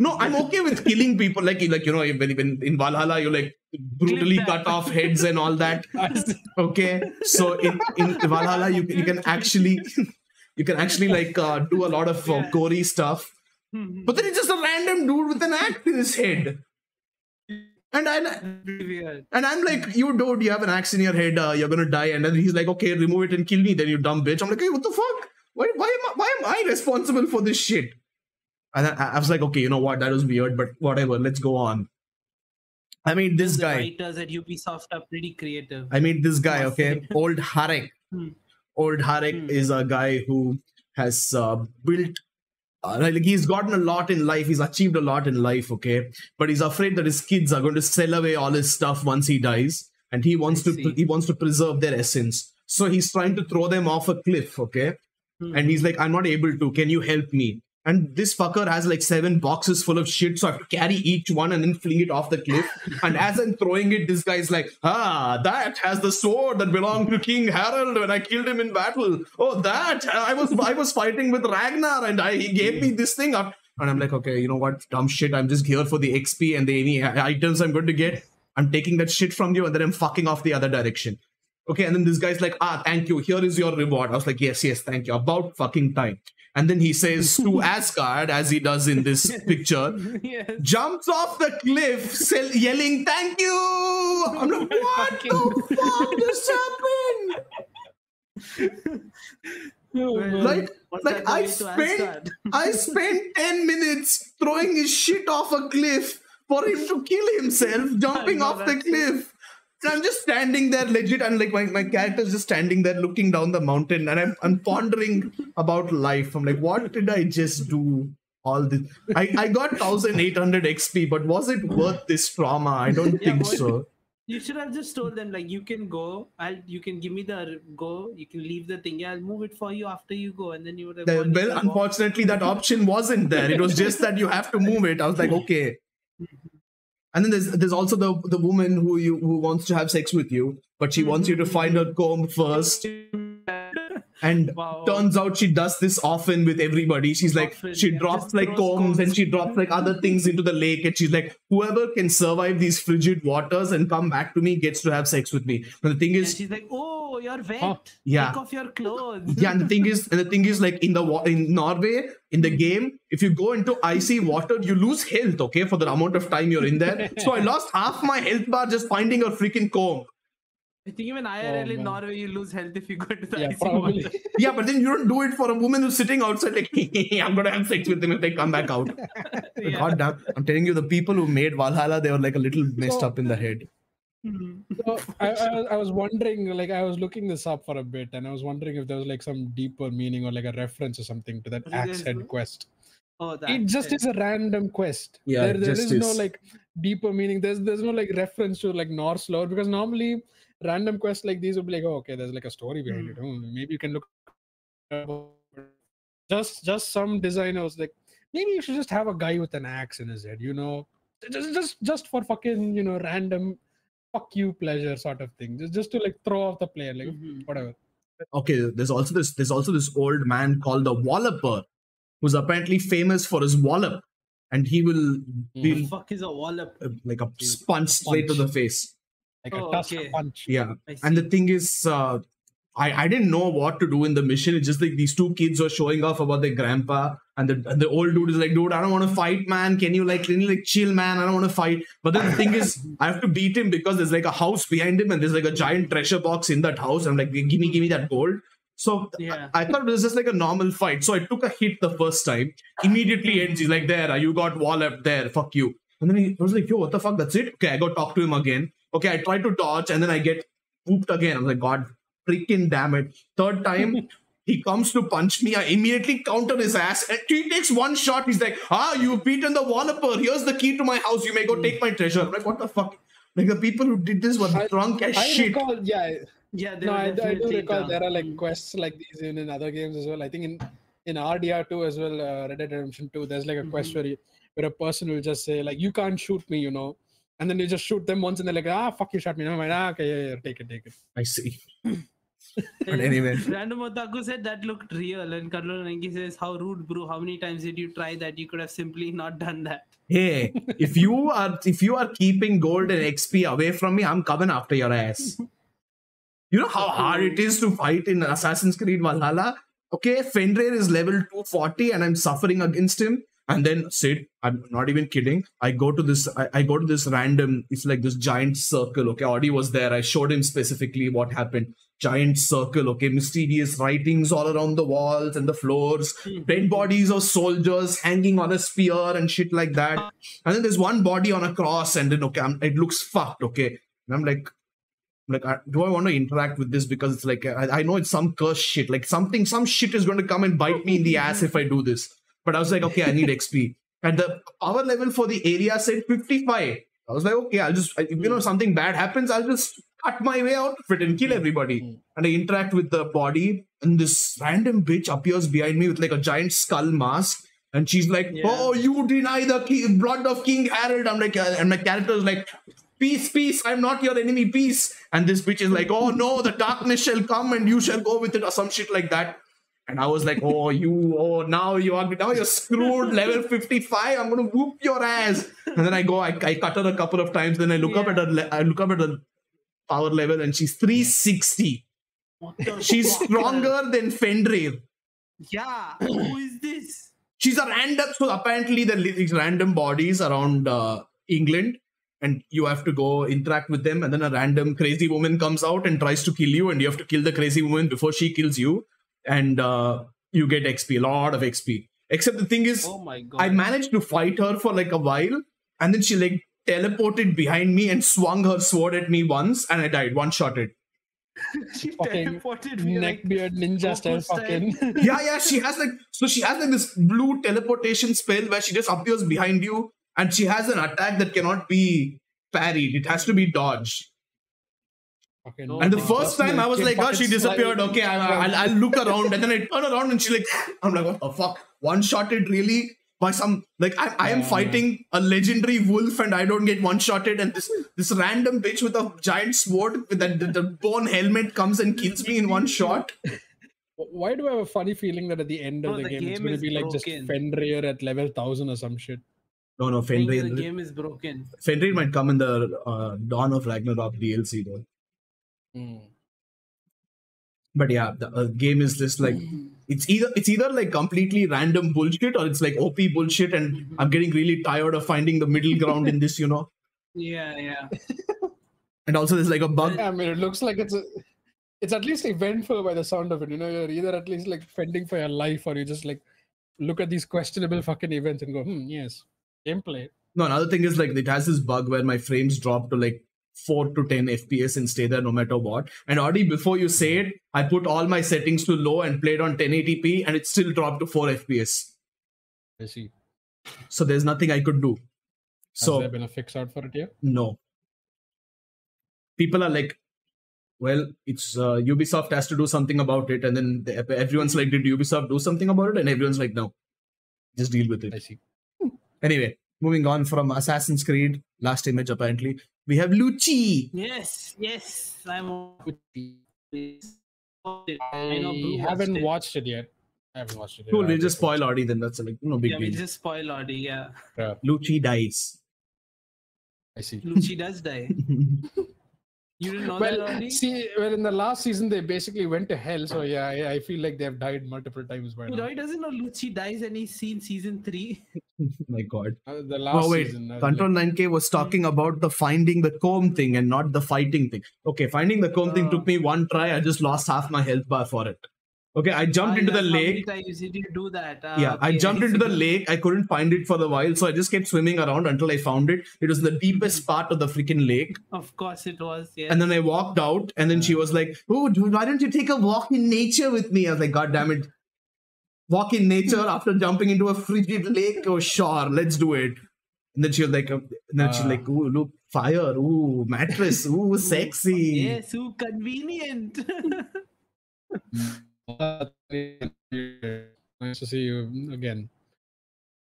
Speaker 1: No, I'm okay with killing people. Like, like you know, when, when in Valhalla, you like brutally
Speaker 3: Clip that.
Speaker 1: cut off heads and all that.
Speaker 2: I see.
Speaker 1: Okay, so in, in Valhalla, you you can actually you can actually like uh, do a lot of uh,
Speaker 3: Yeah.
Speaker 1: gory stuff. But then it's just a random dude with an axe in his head. And I
Speaker 3: weird.
Speaker 1: and I'm like, you dude, you have an axe in your head, uh, you're gonna die. And then he's like, okay, remove it and kill me, then you dumb bitch. I'm like, hey, what the fuck? Why, why am I, why am I responsible for this shit? And I, I was like, okay, you know what? That was weird, but whatever. Let's go on. I mean, this
Speaker 3: The
Speaker 1: guy.
Speaker 3: writers at Ubisoft are pretty creative.
Speaker 1: I mean, this guy,
Speaker 3: Must
Speaker 1: okay,
Speaker 3: be.
Speaker 1: old Harek.
Speaker 3: Hmm.
Speaker 1: Old Harek
Speaker 3: Hmm.
Speaker 1: is a guy who has uh, built, uh, like, he's gotten a lot in life. He's achieved a lot in life, okay, but he's afraid that his kids are going to sell away all his stuff once he dies, and he wants to
Speaker 3: I see.
Speaker 1: he wants to preserve their essence. So he's trying to throw them off a cliff, okay,
Speaker 3: Hmm.
Speaker 1: and he's like, "I'm not able to. Can you help me?" And this fucker has like seven boxes full of shit, so I have to carry each one and then fling it off the cliff. And as I'm throwing it, this guy's like, ah, that has the sword that belonged to King Harald when I killed him in battle. Oh, that I was I was fighting with Ragnar and I, he gave me this thing. I've- and I'm like, okay, you know what, dumb shit. I'm just here for the XP and the any i- items I'm going to get. I'm taking that shit from you, and then I'm fucking off the other direction. Okay, and then this guy's like, ah, thank you. Here is your reward. I was like, yes, yes, thank you. About fucking time. And then he says to Asgard, as he does in this picture,
Speaker 3: yes.
Speaker 1: jumps off the cliff, sell- yelling, "Thank you!" I'm like, "What the fuck just happened?"
Speaker 2: Oh,
Speaker 3: Well,
Speaker 1: Like,
Speaker 3: what's
Speaker 1: like
Speaker 3: that
Speaker 1: I
Speaker 3: going to
Speaker 1: spent,
Speaker 3: Asgard?
Speaker 1: I spent ten minutes throwing his shit off a cliff for him to kill himself, jumping
Speaker 3: know
Speaker 1: off the
Speaker 3: that too.
Speaker 1: cliff. And I'm just standing there, legit, and like my, my character's just standing there, looking down the mountain, and I'm I'm pondering about life. I'm like, what did I just do? All this, I, I got 1,800 XP, but was it worth this trauma? I don't
Speaker 3: Yeah,
Speaker 1: think
Speaker 3: was it?
Speaker 1: so.
Speaker 3: You should have just told them like you can go. I'll you can give me the r- go. You can leave the thing. I'll move it for you after you go, and then you would have.
Speaker 1: The-
Speaker 3: gone into
Speaker 1: well,
Speaker 3: the box.
Speaker 1: unfortunately, that option wasn't there. It was just that you have to move it. I was like, okay. And then there's there's also the the woman who you who wants to have sex with you, but she wants you
Speaker 3: Mm-hmm.
Speaker 1: to find her comb first. And
Speaker 3: Wow.
Speaker 1: turns out she does this often with everybody. She's like
Speaker 3: Often,
Speaker 1: she
Speaker 3: yeah.
Speaker 1: drops
Speaker 3: Just
Speaker 1: like
Speaker 3: throws
Speaker 1: combs and
Speaker 3: combs.
Speaker 1: she drops like other things into the lake. And she's like, whoever can survive these frigid waters and come back to me gets to have sex with me. And the thing
Speaker 3: And
Speaker 1: is,
Speaker 3: she's like, "Oh, you're wet.
Speaker 1: yeah.
Speaker 3: Take off your clothes."
Speaker 1: yeah and the thing is and the thing is like in the wa- in norway in the game if you go into icy water you lose health okay for the amount of time you're in there so i lost half my health bar just finding a freaking comb
Speaker 3: I think even IRL in
Speaker 2: Oh, man.
Speaker 3: Norway, you lose health if you go to the
Speaker 2: yeah,
Speaker 3: icy
Speaker 2: probably.
Speaker 3: water.
Speaker 1: yeah but then you don't do it for a woman who's sitting outside like i'm gonna have sex with them if they come back out
Speaker 3: Yeah.
Speaker 1: god damn i'm telling you the people who made valhalla they were like a little messed up in the head
Speaker 3: Mhm.
Speaker 2: So I, I, was- I was wondering, like, I was looking this up for a bit, and I was wondering if there was like some deeper meaning or like a reference or something to that
Speaker 3: What is
Speaker 2: axe
Speaker 3: it?
Speaker 2: head quest.
Speaker 3: Oh, that.
Speaker 2: It just
Speaker 3: shit.
Speaker 2: is a random quest.
Speaker 1: Yeah,
Speaker 2: there,
Speaker 1: it
Speaker 2: there is
Speaker 1: just
Speaker 2: no
Speaker 1: is.
Speaker 2: like deeper meaning. There's there's no like reference to like Norse lore because normally random quests like these would be like, oh, okay, there's like a story behind it.
Speaker 3: Hmm.
Speaker 2: Oh, maybe you can look. Just just some designers like maybe you should just have a guy with an axe in his head, you know, just just just for fucking you know random fuck you pleasure sort of thing, just just to like throw off the player like
Speaker 3: Mhm.
Speaker 2: whatever.
Speaker 1: okay there's also this there's also this old man called the walloper who's apparently famous for his wallop and he will
Speaker 3: The
Speaker 1: deal
Speaker 3: fuck is a wallop?
Speaker 1: uh, like a
Speaker 2: Dude,
Speaker 1: sponge straight to
Speaker 2: punch.
Speaker 1: the face.
Speaker 2: Like a
Speaker 3: Oh,
Speaker 2: tusk
Speaker 3: okay.
Speaker 2: punch.
Speaker 1: Yeah.
Speaker 3: I
Speaker 1: And the
Speaker 3: see.
Speaker 1: thing is, uh, I, I didn't know what to do in the mission. It's just like these two kids are showing off about their grandpa, and the and the old dude is like, dude, I don't want to fight, man. Can you like, can you like chill, man? I don't want to fight. But then the thing is, I have to beat him because there's like a house behind him, and there's like a giant treasure box in that house. I'm like, give me, give me that gold. So
Speaker 3: Yeah.
Speaker 1: I thought it was just like a normal fight. So I took a hit the first time. Immediately ends. He's like, there, you got walloped there. Fuck you. And then he I was like, yo, what the fuck? That's it? Okay, I go talk to him again. Okay, I try to dodge and then I get pooped again. I'm like, God, freaking damn it. Third time, he comes to punch me. I immediately counter his ass. And he takes one shot. He's like, ah, you've beaten the walloper. Here's the key to my house. You may go take my treasure. I'm like, what the fuck? Like the people who did this were
Speaker 2: I-
Speaker 1: drunk as
Speaker 2: I
Speaker 1: shit.
Speaker 2: recall, yeah,
Speaker 3: Yeah. They
Speaker 2: No,
Speaker 3: were
Speaker 2: I, I do
Speaker 3: definitely Hmm.
Speaker 2: recall
Speaker 3: drunk.
Speaker 2: there are like quests like these in, in other games as well. I think in in RDR two as well, uh, Red Dead Redemption two. There's like a quest
Speaker 3: Mhm.
Speaker 2: where you, where a person will just say like, "You can't shoot me," you know, and then you just shoot them once, and they're like, "Ah, fuck, you shot me." Never mind. Ah, okay, yeah, yeah, take it, take it.
Speaker 1: I see. But
Speaker 3: Yeah.
Speaker 1: anyway.
Speaker 3: Random Otaku said that looked real, and Kadlo Rengi says, "How rude, bro! How many times did you try that? You could have simply not done that."
Speaker 1: hey if you are if you are keeping gold and xp away from me i'm coming after your ass you know how hard it is to fight in assassin's creed valhalla okay fenrir is level 240 and i'm suffering against him and then sid i'm not even kidding i go to this i, I go to this random it's like this giant circle okay audie was there i showed him specifically what happened giant circle okay mysterious writings all around the walls and the floors dead bodies of soldiers hanging on a spear and shit like that. And then there's one body on a cross, and then okay, I'm, it looks fucked. Okay, and I'm like, I'm like, I, do I want to interact with this because it's like I, I know it's some cursed shit. Like something, some shit is going to come and bite me in the ass if I do this. But I was like, okay, I need XP, and the power level for the area said 55. I was like, okay, I'll just, if, you know, something bad happens, I'll just cut my way out of it and kill everybody and I interact with the body, and this random bitch appears behind me with like a giant skull mask, and she's like,
Speaker 3: Yeah.
Speaker 1: "Oh, you deny the ki- blood of King Harold." I'm like, uh, and my character is like, "Peace, peace. I'm not your enemy. Peace." And this bitch is like, "Oh no, the darkness shall come, and you shall go with it," or some shit like that. And I was like, oh, you, oh, now you are, now you're screwed, level 55, I'm gonna whoop your ass. And then I go, I, I cut her a couple of times, then I look up at her, le- I look up at her power level and she's 360.
Speaker 3: What the
Speaker 1: She's
Speaker 3: fuck?
Speaker 1: stronger than Fenrir.
Speaker 3: Yeah. Who is this?
Speaker 1: She's a random, so apparently there are these random bodies around uh, England and you have to go interact with them and then a random crazy woman comes out and tries to kill you and you have to kill the crazy woman before she kills you and uh, you get XP, a lot of XP. Except the thing is,
Speaker 3: Oh my god.
Speaker 1: I managed to fight her for like a while, and then she like teleported behind me and swung her sword at me once, and I died one shotted.
Speaker 3: she
Speaker 2: Fucking
Speaker 3: teleported me like
Speaker 2: Neckbeard ninja style
Speaker 3: Goku style.
Speaker 2: fucking.
Speaker 1: yeah, yeah, she has like so she has like this blue teleportation spell where she just appears behind you, and she has an attack that cannot be parried; it has to be dodged.
Speaker 2: fucking
Speaker 3: Oh
Speaker 1: And the
Speaker 3: my
Speaker 1: first
Speaker 2: God.
Speaker 1: time I was
Speaker 2: Fucking
Speaker 1: like, "Oh, she
Speaker 2: fucking
Speaker 1: disappeared."
Speaker 2: slide.
Speaker 1: Okay, I, I'll, I'll look around, and then I turn around, and she like, I'm like, "What the fuck?" One shotted, really? By some like, I, I am
Speaker 2: Yeah.
Speaker 1: fighting a legendary wolf, and I don't get one shotted, and this this random bitch with a giant sword with that the, the bone helmet comes and kills me in one shot.
Speaker 2: Why do I have a funny feeling that at the end of
Speaker 3: No,
Speaker 2: the,
Speaker 3: the
Speaker 2: game, it's
Speaker 3: game
Speaker 2: going to be
Speaker 3: is
Speaker 2: like just
Speaker 3: broken.
Speaker 2: Fenrir at level 1000 or some shit?
Speaker 1: No, no,
Speaker 3: Think the
Speaker 1: Fenrir.
Speaker 3: game is broken.
Speaker 1: Fenrir might come in the uh, Dawn of Ragnarok DLC though.
Speaker 3: Hmm.
Speaker 1: But yeah, the uh, game is just like
Speaker 3: Hmm.
Speaker 1: it's either it's either like completely random bullshit or it's like OP bullshit, and I'm getting really tired of finding the middle ground in this, you know.
Speaker 3: Yeah, yeah.
Speaker 1: And also, there's like a bug.
Speaker 2: I mean, it looks like it's a, it's at least eventful by the sound of it. You know, you're either at least like fending for your life, or you just like look at these questionable fucking events and go, hmm, yes, gameplay.
Speaker 1: No, another thing is like it has this bug where my frames drop to like four to ten FPS and stay there no matter what. And already before you say it, I put all my settings to low and played on 1080p, and it still dropped to four FPS.
Speaker 2: I see.
Speaker 1: So there's nothing I could do.
Speaker 2: Has
Speaker 1: So
Speaker 2: there been a fix out for it here?
Speaker 1: No. People are like, well, it's uh, Ubisoft has to do something about it, and then the, everyone's like, did Ubisoft do something about it? And everyone's like, no, just deal with it.
Speaker 2: I see.
Speaker 1: Anyway, moving on from Assassin's Creed, last image apparently, we have Lucci.
Speaker 3: Yes, yes. I'm on this.
Speaker 2: I
Speaker 3: know Blue watched
Speaker 2: haven't
Speaker 3: it.
Speaker 2: watched it yet. I haven't watched it. yet.
Speaker 1: Cool,
Speaker 2: I'll
Speaker 1: we'll
Speaker 2: get
Speaker 1: just
Speaker 2: to
Speaker 1: spoil Audi then. That's like no big
Speaker 3: Yeah, we
Speaker 1: deal.
Speaker 3: just spoil Audi, yeah.
Speaker 1: Lucci dies.
Speaker 2: it. I see.
Speaker 3: Lucci does die. You didn't know that
Speaker 2: Well,
Speaker 3: Audi?
Speaker 2: see, well, in the last season they basically went to hell. So yeah, I, I feel like they have died multiple times by now.
Speaker 3: Roy doesn't know Lucci dies and he's seen season three.
Speaker 1: My God.
Speaker 2: Uh, the last
Speaker 1: Oh wait,
Speaker 2: season, uh,
Speaker 1: Control 9K was talking about the finding the comb thing and not the fighting thing. Okay, finding the comb thing
Speaker 3: Ah.
Speaker 1: took me one try. I just lost half my health bar for it. Okay, I jumped
Speaker 3: Ah,
Speaker 1: into the
Speaker 3: that's how many
Speaker 1: lake.
Speaker 3: times did you do that? Ah,
Speaker 1: Yeah, I
Speaker 3: okay,
Speaker 1: jumped into the
Speaker 3: see.
Speaker 1: lake. I couldn't find it for a while, so I just kept swimming around until I found it. It was the deepest part of the freaking lake.
Speaker 3: Of course it was, yeah.
Speaker 1: And then I walked out, and then she was like, Oh, dude, why don't you take a walk in nature with me? I was like, God damn it. Walk in nature after jumping into a frigid lake? Oh, sure, let's do it. And then she was like, uh, and then she's
Speaker 2: Ah.
Speaker 1: like, Ooh, look, fire, ooh, mattress, ooh, sexy.
Speaker 3: Yeah, so convenient.
Speaker 2: Nice to Mm. see you again.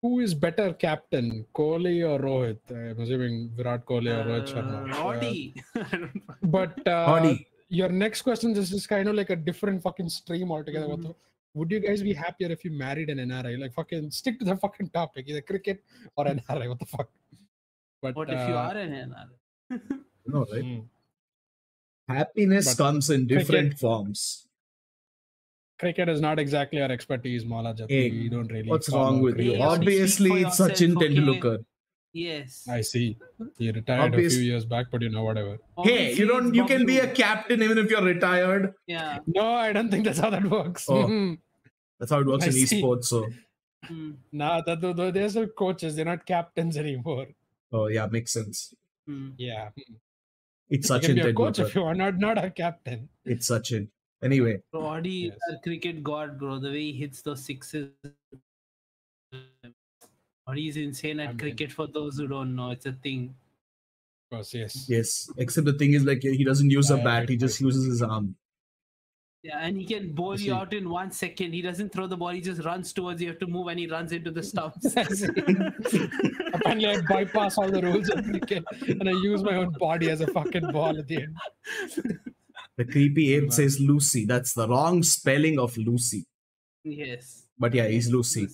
Speaker 2: Who is better captain, Kohli or Rohit? I'm assuming Virat Kohli or Rohit Sharma.
Speaker 3: Uh, Audi. I don't
Speaker 2: Uh, but uh,
Speaker 1: Audi.
Speaker 2: your next question is just kind of like a different fucking stream altogether.
Speaker 3: Mm-hmm.
Speaker 2: What the, would you guys be happier if you married an NRI? Like fucking stick to the fucking topic, either cricket or NRI. What the fuck? But
Speaker 3: What if you
Speaker 2: uh,
Speaker 3: are an NR?
Speaker 1: No, right?
Speaker 2: hmm.
Speaker 1: Happiness
Speaker 2: But-
Speaker 1: comes in different forms.
Speaker 2: cricket is not exactly our expertise, Mala Jati.
Speaker 1: Hey,
Speaker 2: we don't really.
Speaker 1: What's
Speaker 2: follow
Speaker 1: wrong with
Speaker 2: cricket.
Speaker 1: you?
Speaker 3: Hey, Obvi-
Speaker 1: Obviously,
Speaker 3: speak for
Speaker 1: it's Sachin
Speaker 3: yourself, okay?
Speaker 1: Tendulkar.
Speaker 3: Yes.
Speaker 2: I see. He retired
Speaker 1: Obvious-
Speaker 2: a few years back, but you know, whatever.
Speaker 1: Hey,
Speaker 3: Obviously,
Speaker 1: you don't.
Speaker 3: it's
Speaker 1: You can be a
Speaker 3: Bobby
Speaker 1: captain even if you're retired.
Speaker 3: Roode. Yeah.
Speaker 2: No, I don't think that's how that works.
Speaker 1: Oh.
Speaker 2: Mhm.
Speaker 1: That's how it works
Speaker 2: I
Speaker 1: in
Speaker 2: see.
Speaker 1: esports. So,
Speaker 3: Mm,
Speaker 2: nah, that, tho- tho- they're still coaches. They're not captains anymore.
Speaker 1: oh yeah, makes sense.
Speaker 3: mm.
Speaker 2: Yeah.
Speaker 1: It's
Speaker 2: you can
Speaker 1: Sachin
Speaker 2: be a coach if
Speaker 1: Tendulkar.
Speaker 2: you are not, not a captain.
Speaker 1: It's Sachin. Anyway,
Speaker 3: Bro, Audi is
Speaker 2: Yes.
Speaker 3: a cricket god, bro. The way he hits those sixes. Audi is insane
Speaker 2: I
Speaker 3: at
Speaker 2: mean-
Speaker 3: cricket for those who don't know. It's a thing.
Speaker 2: Of course, yes.
Speaker 1: yes. Except the thing is, like, he doesn't use a
Speaker 2: Yeah,
Speaker 1: bat. He
Speaker 2: right,
Speaker 1: just
Speaker 2: right.
Speaker 1: uses his arm.
Speaker 3: Yeah, and he can
Speaker 2: I
Speaker 3: bowl you
Speaker 2: see.
Speaker 3: out in one second. He doesn't throw the ball, he just runs towards you. You have to move and he runs into the stumps.
Speaker 2: I see. Apparently, I bypass all the rules of cricket and I use my own body as a fucking ball at the end.
Speaker 1: The creepy ape
Speaker 2: Wow.
Speaker 1: says Lucy. That's the wrong spelling of Lucy.
Speaker 3: Yes.
Speaker 1: But yeah, he's
Speaker 3: yes,
Speaker 1: Lucy.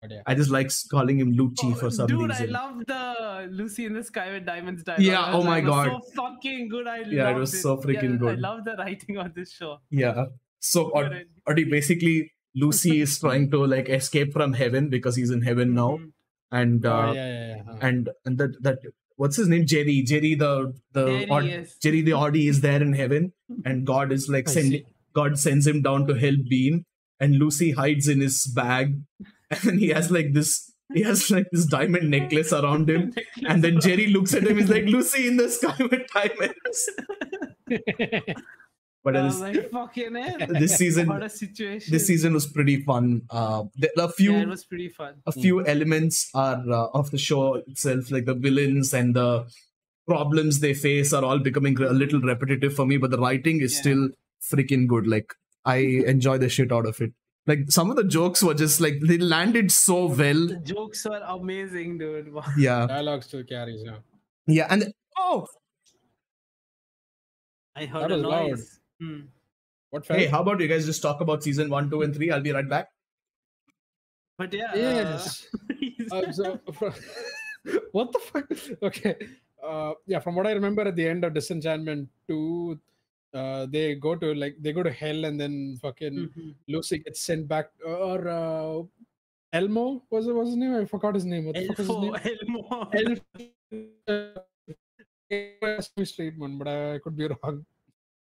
Speaker 2: But yeah.
Speaker 1: I just like calling him
Speaker 2: Oh,
Speaker 1: Lucci for some
Speaker 3: Oh, Dude,
Speaker 1: reason.
Speaker 3: I love the Lucy in the Sky with Diamonds dialogue.
Speaker 1: Yeah,
Speaker 3: I
Speaker 1: oh
Speaker 3: was
Speaker 1: my
Speaker 3: like, it was
Speaker 1: God.
Speaker 3: So fucking good. I
Speaker 1: Yeah, it
Speaker 3: loved
Speaker 1: was so freaking
Speaker 3: Yeah,
Speaker 1: good.
Speaker 3: I love the writing on this show.
Speaker 1: yeah. So
Speaker 3: But
Speaker 1: or,
Speaker 3: I-
Speaker 1: or he basically Lucy is trying to like escape from heaven because he's in heaven now,
Speaker 3: Mhm.
Speaker 1: and
Speaker 2: Oh,
Speaker 1: uh,
Speaker 2: yeah, yeah, yeah. huh.
Speaker 1: and and that that what's his name Jerry Jerry the the
Speaker 3: There
Speaker 1: odd-
Speaker 3: he is.
Speaker 1: Jerry the Audi is there in heaven, and God is like
Speaker 2: I
Speaker 1: sending
Speaker 2: see.
Speaker 1: God sends him down to help Dean, and Lucy hides in his bag, and he has like this he has like this diamond necklace around him,
Speaker 3: Mm.
Speaker 1: and then Jerry looks at him, he's like Lucy in the sky with diamonds. But
Speaker 3: I
Speaker 1: uh,
Speaker 3: was like, fucking hell.
Speaker 1: this
Speaker 3: Oh What
Speaker 1: season,
Speaker 3: a situation.
Speaker 1: this season was pretty fun. Uh, there are a few
Speaker 3: Yeah, it was pretty fun.
Speaker 1: a few elements are uh, of the show itself, like the villains and the problems they face are all becoming a little repetitive for me, but the writing is
Speaker 3: Yeah.
Speaker 1: still freaking good. Like I enjoy the shit out of it. Like some of the jokes were just like they landed so well.
Speaker 3: The jokes were amazing, dude. Wow.
Speaker 1: Yeah.
Speaker 2: Dialogue still carries now.
Speaker 1: Yeah. And oh
Speaker 3: I heard
Speaker 2: That
Speaker 3: a
Speaker 2: was loud.
Speaker 3: noise. Hmm.
Speaker 2: What felt?
Speaker 1: hey, how about you guys just talk about season one, two, and three? I'll be right back.
Speaker 3: But yeah. uh,
Speaker 2: Yes.
Speaker 3: he's-
Speaker 2: Uh, so, from- what the fuck? Okay. Uh, yeah, from what I remember at the end of Disenchantment 2, uh, they go to like they go to hell and then fucking
Speaker 3: Mhm.
Speaker 2: Lucy gets sent back or uh, Elmo was it was his name? I forgot his name. What the fuck was his name?
Speaker 3: Elfo, Elmo.
Speaker 2: Elf- uh, statement, but I could be wrong.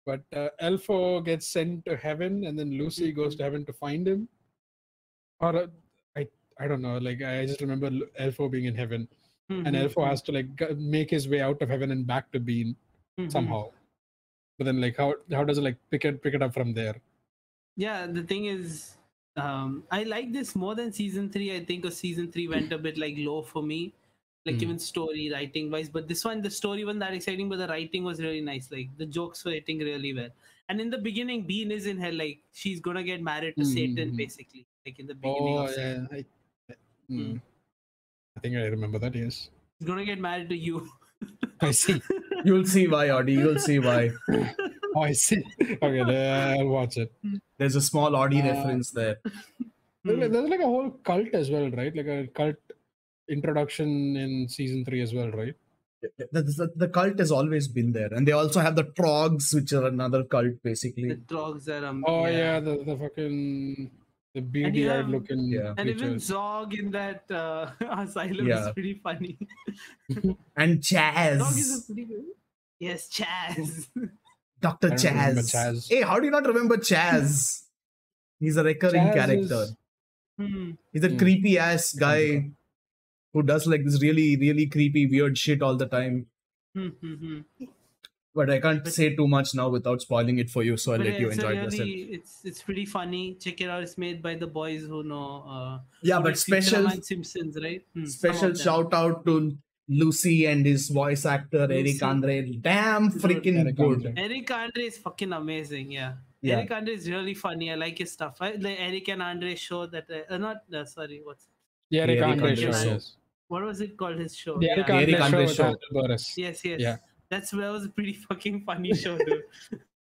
Speaker 2: But uh, Elfo gets sent to heaven, and then Lucy goes to heaven to find him. Or uh, I, I don't know. Like I just remember Lu- Elfo being in heaven, and
Speaker 3: Mhm.
Speaker 2: Elfo has to like g- make his way out of heaven and back to Bean
Speaker 3: Mhm.
Speaker 2: somehow. But then, like, how how does it like pick it pick it up from there?
Speaker 3: Yeah, the thing is, um, I like this more than season three. I think 'cause season three went a bit like low for me, like
Speaker 2: Mm.
Speaker 3: even story writing wise. But this one, the story wasn't that exciting, but the writing was really nice. Like the jokes were hitting really well. And in the beginning, Bean is in hell. Like she's gonna get married to
Speaker 2: Mm, mm,
Speaker 3: Satan,
Speaker 2: mm.
Speaker 3: basically. Like in the beginning,
Speaker 2: Oh
Speaker 3: of season.
Speaker 2: yeah, I, hmm. I think I remember that. Yes,
Speaker 3: she's gonna get married to you.
Speaker 2: I see.
Speaker 1: You'll see why, Audi. You'll see why.
Speaker 2: Oh, I see. Okay, then I'll watch it.
Speaker 1: There's a small Audi
Speaker 2: Uh,
Speaker 1: reference there.
Speaker 2: There's
Speaker 1: Hmm.
Speaker 2: like-
Speaker 3: Mm.
Speaker 2: There's like a whole cult as well, right? Like a cult introduction in season three as well, right?
Speaker 1: The, the, the cult has always been there, and they also have the Trogs, which are another cult,
Speaker 3: The
Speaker 1: basically.
Speaker 3: drugs are um.
Speaker 2: Hmm. Oh yeah, the, the fucking the beady eyed
Speaker 3: have-
Speaker 2: looking
Speaker 1: Yeah.
Speaker 3: And even
Speaker 2: creatures.
Speaker 3: Zog in that uh, asylum
Speaker 1: Yeah.
Speaker 3: is pretty funny.
Speaker 1: And
Speaker 3: Dog is a
Speaker 1: Chaz,
Speaker 3: pretty good. Yes, Chaz.
Speaker 1: Doctor
Speaker 2: I don't remember
Speaker 1: Chaz.
Speaker 2: Chaz.
Speaker 1: Hey, how do you not remember Chaz? He's a recurring
Speaker 2: Chaz
Speaker 1: character.
Speaker 2: is-
Speaker 3: Hmm.
Speaker 1: He's a
Speaker 2: Hmm.
Speaker 1: creepy ass guy who does like this really, really creepy, weird shit all the time.
Speaker 3: Hmm, hmm, hmm.
Speaker 1: But I can't
Speaker 3: But-
Speaker 1: say too much now without spoiling it for you, so I'll
Speaker 3: But
Speaker 1: let
Speaker 3: yeah,
Speaker 1: you
Speaker 3: it's a
Speaker 1: enjoy it
Speaker 3: really-
Speaker 1: yourself.
Speaker 3: It's it's pretty funny. Check it out. It's made by the boys who know. Uh,
Speaker 1: Yeah,
Speaker 3: who
Speaker 1: but
Speaker 3: did Futurama
Speaker 1: special
Speaker 3: and Simpsons, right? Hmm, some
Speaker 1: special
Speaker 3: of them.
Speaker 1: shout out to Lucy and his voice actor Eric
Speaker 3: Lucy.
Speaker 1: Andre. Damn
Speaker 3: Good.
Speaker 1: freaking
Speaker 2: Eric
Speaker 1: good.
Speaker 2: Andre.
Speaker 3: Eric Andre is fucking amazing. Yeah.
Speaker 1: Yeah.
Speaker 3: Eric Andre is really funny. I like his stuff. I, the Eric and Andre show that uh, uh, not uh, sorry, what's
Speaker 2: Yeah, Eric
Speaker 1: Eric
Speaker 2: Andre
Speaker 3: Andre
Speaker 2: show.
Speaker 3: show.
Speaker 2: Yes.
Speaker 3: what was it called? His show.
Speaker 2: The Eric
Speaker 1: Yeah.
Speaker 2: Andre
Speaker 1: Eric Andre
Speaker 2: show. with
Speaker 1: show.
Speaker 2: Harold Burris.
Speaker 3: Yes, yes.
Speaker 2: Yeah.
Speaker 3: That's that was a pretty fucking funny show,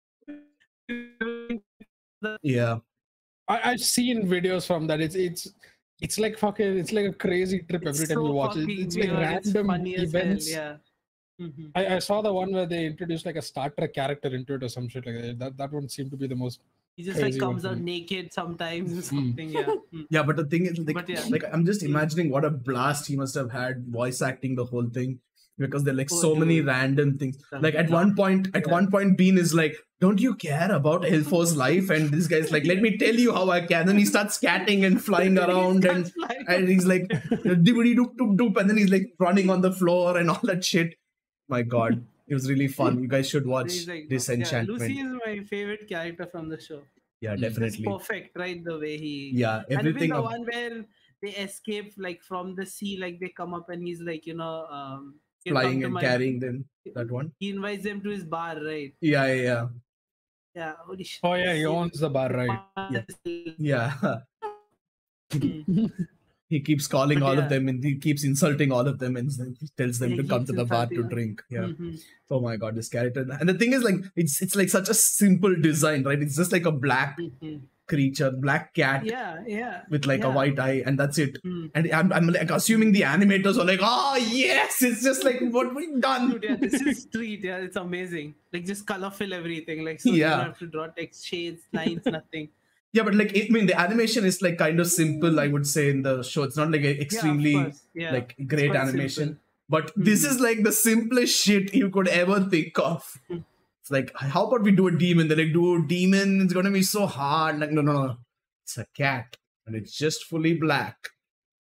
Speaker 3: dude.
Speaker 1: Yeah.
Speaker 2: I, I've seen videos from that. It's it's it's like fucking it's like a crazy trip every
Speaker 3: It's
Speaker 2: time
Speaker 3: so
Speaker 2: you watch it.
Speaker 3: fucking
Speaker 2: It's like
Speaker 3: weird, it's
Speaker 2: random
Speaker 3: funny as hell,
Speaker 2: events.
Speaker 3: yeah. Mhm.
Speaker 2: I, I saw the one where they introduced like a Star Trek character into it or some shit like that. That that one seemed to be the most.
Speaker 3: He just like
Speaker 2: Crazy one
Speaker 3: comes
Speaker 2: for
Speaker 3: out
Speaker 2: me.
Speaker 3: naked
Speaker 1: Hmm.
Speaker 3: sometimes or
Speaker 2: Mm.
Speaker 3: something. Yeah. Mm.
Speaker 1: Yeah, but the thing is, like,
Speaker 3: But yeah.
Speaker 1: like I'm just imagining what a blast he must have had voice acting the whole thing because there are like
Speaker 3: Oh,
Speaker 1: so many
Speaker 3: dude.
Speaker 1: random things. Like at
Speaker 3: Yeah.
Speaker 1: one point, at
Speaker 3: Yeah.
Speaker 1: one point, Bean is like, "Don't you care about Elfo's life?" And this guy's like, "Let me tell you how I can." Then he starts scatting and flying
Speaker 3: He
Speaker 1: around, and
Speaker 3: starts flying
Speaker 1: and he's like, "Dibbity doop doop doop," and then he's like running on the floor and all that shit. My God, it was really fun. You guys should
Speaker 3: around.
Speaker 1: watch
Speaker 3: He's like,
Speaker 1: Disenchantment.
Speaker 3: Yeah,
Speaker 1: Yeah,
Speaker 3: Lucy is my favorite character from the show. It's
Speaker 1: definitely.
Speaker 3: perfect, right? The way he.
Speaker 1: Yeah,
Speaker 3: And even
Speaker 1: everything.
Speaker 3: the
Speaker 1: ab-
Speaker 3: one where they escape like from the sea, like they come up and he's like, you know, um, "You come
Speaker 1: flying
Speaker 3: to
Speaker 1: and
Speaker 3: my-"
Speaker 1: carrying them. That one.
Speaker 3: He invites them to his bar, right?
Speaker 1: Yeah, yeah, yeah.
Speaker 3: Yeah. Holy shit.
Speaker 2: Oh yeah, he owns the bar, right?
Speaker 1: Yeah.
Speaker 3: Mm.
Speaker 1: he keeps calling
Speaker 3: But
Speaker 1: all of
Speaker 3: yeah.
Speaker 1: them and he keeps insulting all of them and then he tells them
Speaker 3: Yeah,
Speaker 1: to
Speaker 3: he
Speaker 1: come to
Speaker 3: keeps
Speaker 1: the bar to
Speaker 3: insulting them.
Speaker 1: drink. Yeah.
Speaker 3: Mhm.
Speaker 1: Oh my god, this character. And the thing is like it's it's like such a simple design, right? It's just like a black
Speaker 3: Mhm.
Speaker 1: creature, black cat
Speaker 3: yeah, yeah.
Speaker 1: with like a
Speaker 3: yeah.
Speaker 1: white eye, and that's it.
Speaker 3: Mm.
Speaker 1: And I'm, I'm like assuming the animators are like, oh yes, it's just like what we've done.
Speaker 3: Dude, yeah, this is street. Yeah, it's amazing. Like just colorful everything. Like so you
Speaker 1: Yeah.
Speaker 3: don't have to draw text, shades, lines, nothing.
Speaker 1: Yeah, but like I mean, the animation is like kind of simple, I would say, in the show. It's not like a
Speaker 3: Yeah, of
Speaker 1: extremely
Speaker 3: course, yeah.
Speaker 1: like great
Speaker 3: quite
Speaker 1: animation,
Speaker 3: simple.
Speaker 1: but this is like the simplest shit you could ever think of.
Speaker 3: Hmm.
Speaker 1: It's like, how about we do a demon? They're like, dude, demon, it's gonna be so hard. Like, no, no, no, it's a cat, and it's just fully black.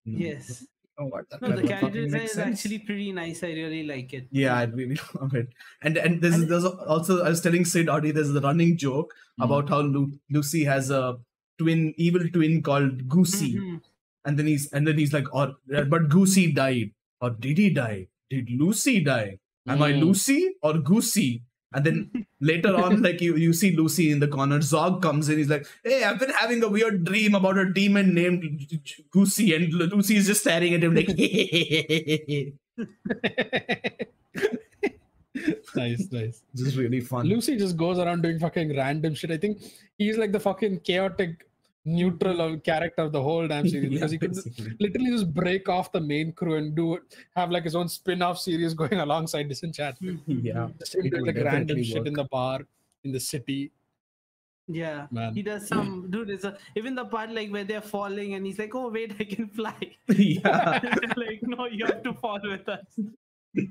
Speaker 1: Mm.
Speaker 3: yes.
Speaker 1: Oh, what? That
Speaker 3: No, the
Speaker 1: doesn't fucking
Speaker 3: character design
Speaker 1: make
Speaker 3: is
Speaker 1: sense.
Speaker 3: actually pretty nice. I really like it.
Speaker 1: Yeah, I really love it. And and there's there's also I was telling Sid Audi there's the running joke
Speaker 3: Hmm.
Speaker 1: about how Lu- Lucy has a twin evil twin called Goosey,
Speaker 3: Mhm.
Speaker 1: and then he's and then he's like, or but Goosey died, or did he die? Did Lucy die? Am I
Speaker 2: Mm.
Speaker 1: Lucy or Goosey? And then later on, like you, you see Lucy in the corner. Zog comes in. He's like, "Hey, I've been having a weird dream about a demon named Goosey," and Lucy is just staring at him like,
Speaker 2: nice, nice.
Speaker 1: "This is really fun."
Speaker 2: Lucy just goes around doing fucking random shit. I think he's like the fucking chaotic neutral of- character of the whole damn series
Speaker 1: Yeah,
Speaker 2: because he could just
Speaker 1: basically.
Speaker 2: literally just break off the main crew and do have like his own spin-off series going alongside Disenchantment.
Speaker 3: mm-hmm.
Speaker 1: Yeah.
Speaker 2: Just him
Speaker 1: It
Speaker 2: doing
Speaker 1: would
Speaker 2: like random
Speaker 1: definitely
Speaker 2: shit in
Speaker 1: work.
Speaker 2: the bar, in the city,
Speaker 3: Yeah.
Speaker 2: man.
Speaker 3: He does some dude. It's a, even the part like where they're falling and he's like, "Oh wait, I can fly."
Speaker 1: yeah.
Speaker 3: like, no, you have to fall with us.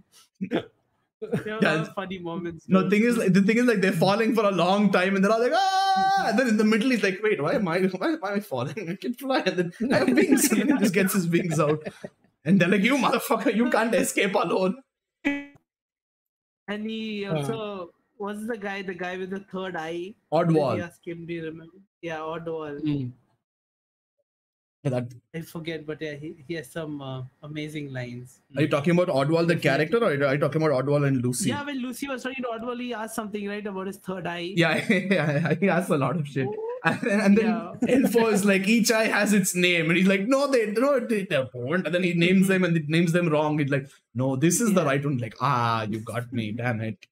Speaker 3: There were a lot
Speaker 1: Yeah,
Speaker 3: of funny moments.
Speaker 1: No,
Speaker 3: dude.
Speaker 1: thing is, like, the thing is, like, they're falling for a long time, and they're all like, ah! And then in the middle, he's like, wait, why am I, why, why am I falling? I can fly. And then I have wings, and then he just gets his wings out. And they're like, you motherfucker, you can't escape alone.
Speaker 3: and he
Speaker 1: uh.
Speaker 3: also was the guy, the guy with the third eye. Did he
Speaker 1: Oddwall.
Speaker 3: ask him, do you remember? Yeah, Oddwall.
Speaker 2: Mm.
Speaker 1: Yeah, that-
Speaker 3: I forget, but yeah, he, he has some uh, amazing lines. Mm.
Speaker 1: Are you talking about Oddwall, the character, or are you talking about Oddwall and Lucy?
Speaker 3: Yeah, when Lucy was talking to Oddwall, he asked something right about his third eye.
Speaker 1: Yeah, yeah, he asks a lot of shit. And then, and then
Speaker 3: Oh, Yeah.
Speaker 1: Info is like, each eye has its name. And he's like, no, they no, they, they won't. And then he names them and he names them wrong. He's like, no, this is the
Speaker 3: Mm-hmm. Yeah.
Speaker 1: right one. Like, ah, you got me, damn it.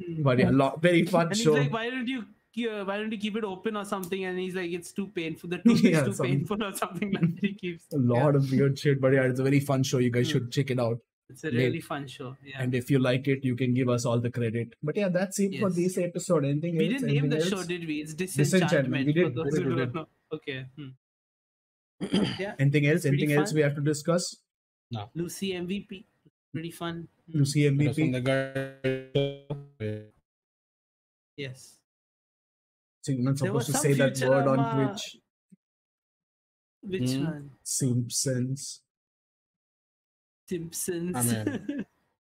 Speaker 3: Hmm.
Speaker 1: But yeah, lo- very fun
Speaker 3: And
Speaker 1: show.
Speaker 3: he's like, why don't you uh, why don't you keep it open or something? And he's like, it's too painful. The tooth
Speaker 1: Yeah,
Speaker 3: is too
Speaker 1: some-
Speaker 3: painful or something like that. He keeps.
Speaker 1: a lot of weird shit, but yeah, it's a very fun show. You guys should check it out.
Speaker 3: It's a
Speaker 1: Nate.
Speaker 3: really fun show. Hmm. Yeah.
Speaker 1: And if you like it, you can give us all the credit. But yeah, that's it for
Speaker 3: Yes.
Speaker 1: this episode. Anything
Speaker 3: we
Speaker 1: else?
Speaker 3: didn't name
Speaker 1: Anything
Speaker 3: the
Speaker 1: else?
Speaker 3: show, did we? It's
Speaker 1: Disenchantment.
Speaker 3: disenchantment.
Speaker 1: We
Speaker 3: for
Speaker 1: did,
Speaker 3: those
Speaker 1: we
Speaker 3: who
Speaker 1: did, we
Speaker 3: don't
Speaker 1: did.
Speaker 3: know. Okay. hmm. yeah.
Speaker 1: Anything else?
Speaker 3: pretty
Speaker 1: Anything else
Speaker 3: fun.
Speaker 1: we have to discuss?
Speaker 3: Lucy MVP. Pretty fun. Hmm.
Speaker 1: Lucy
Speaker 2: It was from
Speaker 1: MVP.
Speaker 2: the guy-
Speaker 3: Yes.
Speaker 1: So you're not
Speaker 3: There was
Speaker 1: supposed to
Speaker 3: some
Speaker 1: say that word on
Speaker 3: Futurama-
Speaker 1: Twitch.
Speaker 3: Which
Speaker 1: Mm.
Speaker 2: Hmm.
Speaker 3: one?
Speaker 1: Simpsons.
Speaker 3: Simpsons.
Speaker 2: Amen.
Speaker 1: Hey,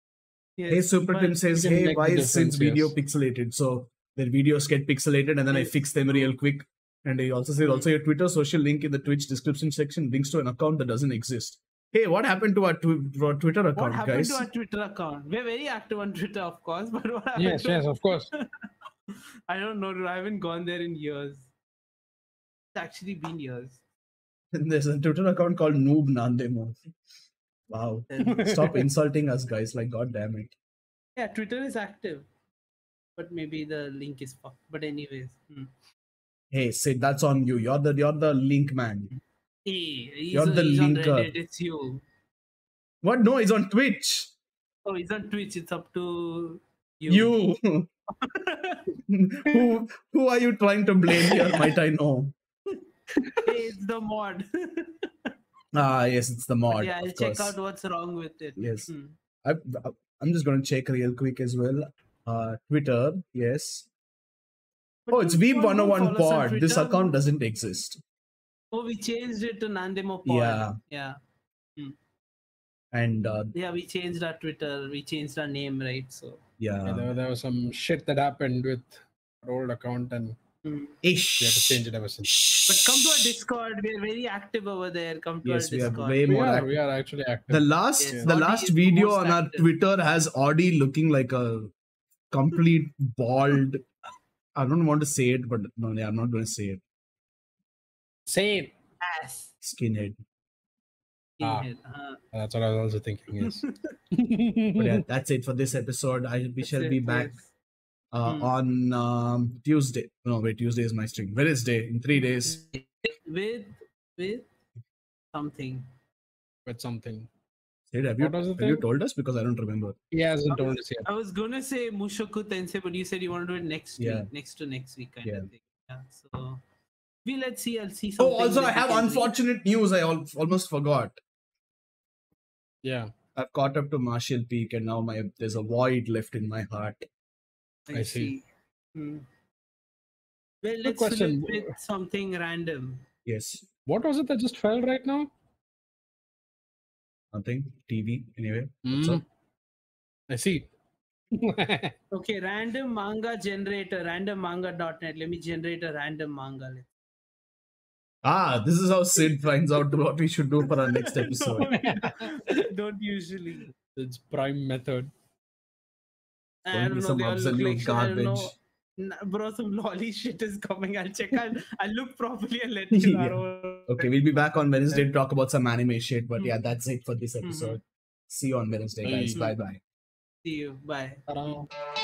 Speaker 3: yes.
Speaker 1: Super
Speaker 3: but-
Speaker 1: Tim says,
Speaker 2: you can
Speaker 1: hey,
Speaker 2: make the
Speaker 1: why is Sid's
Speaker 2: difference,
Speaker 1: video
Speaker 2: yes.
Speaker 1: pixelated? So their videos get pixelated and then I
Speaker 3: Yes. Mm.
Speaker 1: fix them real quick. And he also said, also your Twitter social link in the Twitch description section links to an account that doesn't exist. Hey, what happened to our, tw- our Twitter account,
Speaker 3: What happened
Speaker 1: guys?
Speaker 3: to our Twitter account? We're very active on Twitter, of course, but what happened
Speaker 2: Yes,
Speaker 3: to
Speaker 2: yes, of course.
Speaker 3: I don't know, dude. I haven't gone there in years. It's actually been years.
Speaker 1: There's a Twitter account called Noob Nandemo. Wow. Stop insulting us, guys. Like, god damn it.
Speaker 3: Yeah, Twitter is active. But maybe the link is fucked. But anyways. hmm.
Speaker 1: Hey, Sid, that's on you. You're the you're the link man.
Speaker 3: Hey, he's,
Speaker 1: You're
Speaker 3: on-
Speaker 1: the
Speaker 3: he's on
Speaker 1: linker.
Speaker 3: Reddit, it's you.
Speaker 1: What? No, he's on Twitch.
Speaker 3: Oh, he's on Twitch. It's up to you.
Speaker 1: You. who who are you trying to blame here? Might I know?
Speaker 3: Hey, it's the mod.
Speaker 1: Ah, yes, it's the mod.
Speaker 3: yeah, I'll
Speaker 1: of
Speaker 3: check
Speaker 1: course.
Speaker 3: out what's wrong with it.
Speaker 1: Yes.
Speaker 3: Hmm.
Speaker 1: I, I- I'm just gonna check real quick as well. Uh, Twitter, yes.
Speaker 3: But
Speaker 1: Oh, it's
Speaker 3: dude, follow-
Speaker 1: Veep101
Speaker 3: follow us on
Speaker 1: Pod. This
Speaker 3: Twitter.
Speaker 1: account doesn't exist,
Speaker 3: Oh, we changed it to Nandemo Pod.
Speaker 1: Yeah.
Speaker 3: Yeah.
Speaker 1: and uh,
Speaker 3: Yeah, we changed our Twitter. We changed our name, right? So.
Speaker 2: Yeah,
Speaker 1: yeah,
Speaker 2: there, there was some shit that happened with our old account and
Speaker 3: hmm.
Speaker 2: we had to change it ever since.
Speaker 3: But come to our Discord. We're very active over there. Come to
Speaker 1: Yes,
Speaker 3: our
Speaker 1: we are
Speaker 3: Discord.
Speaker 1: way
Speaker 2: We
Speaker 1: more
Speaker 2: are,
Speaker 1: active.
Speaker 2: we are actually active.
Speaker 1: The last,
Speaker 3: Yes.
Speaker 1: the
Speaker 3: Audi
Speaker 1: last
Speaker 3: is the
Speaker 1: video
Speaker 3: most
Speaker 1: on our
Speaker 3: active.
Speaker 1: Twitter has Audi looking like a complete bald. I don't want to say it, but no, yeah, I'm not going to say it.
Speaker 2: Same.
Speaker 3: Ass.
Speaker 1: Skinhead.
Speaker 3: Mm-hmm.
Speaker 2: Ah.
Speaker 3: Skinhead, uh-huh.
Speaker 2: That's what I was also thinking. Yes.
Speaker 1: But yeah, that's it for this episode. I we shall
Speaker 3: That's
Speaker 1: be
Speaker 3: it,
Speaker 1: back
Speaker 3: yes.
Speaker 1: uh,
Speaker 3: Hmm.
Speaker 1: on um, Tuesday. No, wait, Tuesday is my stream. Wednesday in three
Speaker 3: Mm-hmm.
Speaker 1: days.
Speaker 3: with with something.
Speaker 2: with something.
Speaker 1: Sid, have you,
Speaker 2: What was the
Speaker 1: have you
Speaker 2: thing?
Speaker 1: told us? Because I don't remember.
Speaker 2: He hasn't told us yet.
Speaker 3: I was gonna say Mushoku Tensei, but you said you want to do it next
Speaker 1: Yeah.
Speaker 3: week, next to next week kind
Speaker 1: Yeah.
Speaker 3: of thing. Yeah. So we let's see. I'll see.
Speaker 1: Oh,
Speaker 3: Something
Speaker 1: also, I
Speaker 3: that we
Speaker 1: have
Speaker 3: can do.
Speaker 1: unfortunate news. I al- almost forgot.
Speaker 2: Yeah,
Speaker 1: I've caught up to Marshall Peak, and now my there's a void left in my heart.
Speaker 2: I see.
Speaker 3: Hmm. Well, let's
Speaker 2: question.
Speaker 3: fill it with something random.
Speaker 1: Yes,
Speaker 2: what was it that just fell right now?
Speaker 1: nothing. TV anyway.
Speaker 2: Hmm. I see.
Speaker 3: Okay, random manga generator, random manga.net. Let me generate a random manga. Let's-
Speaker 1: Ah, this is how Sid finds out what we should do for our next episode.
Speaker 3: don't usually.
Speaker 2: it's prime method.
Speaker 3: I
Speaker 1: Going to
Speaker 3: don't know.
Speaker 1: some
Speaker 3: They all look
Speaker 1: absolute
Speaker 3: like shit. I don't
Speaker 1: garbage.
Speaker 3: know. Nah, bro, some lolly shit is coming. I'll check. I'll, I'll look properly and let you
Speaker 1: Yeah.
Speaker 3: know.
Speaker 1: Okay, we'll be back on Wednesday to talk about some anime shit. But yeah,
Speaker 3: Mhm.
Speaker 1: that's it for this episode. See you on Wednesday, guys.
Speaker 2: Mhm.
Speaker 1: Bye bye.
Speaker 3: See you. Bye.
Speaker 2: Ta-da.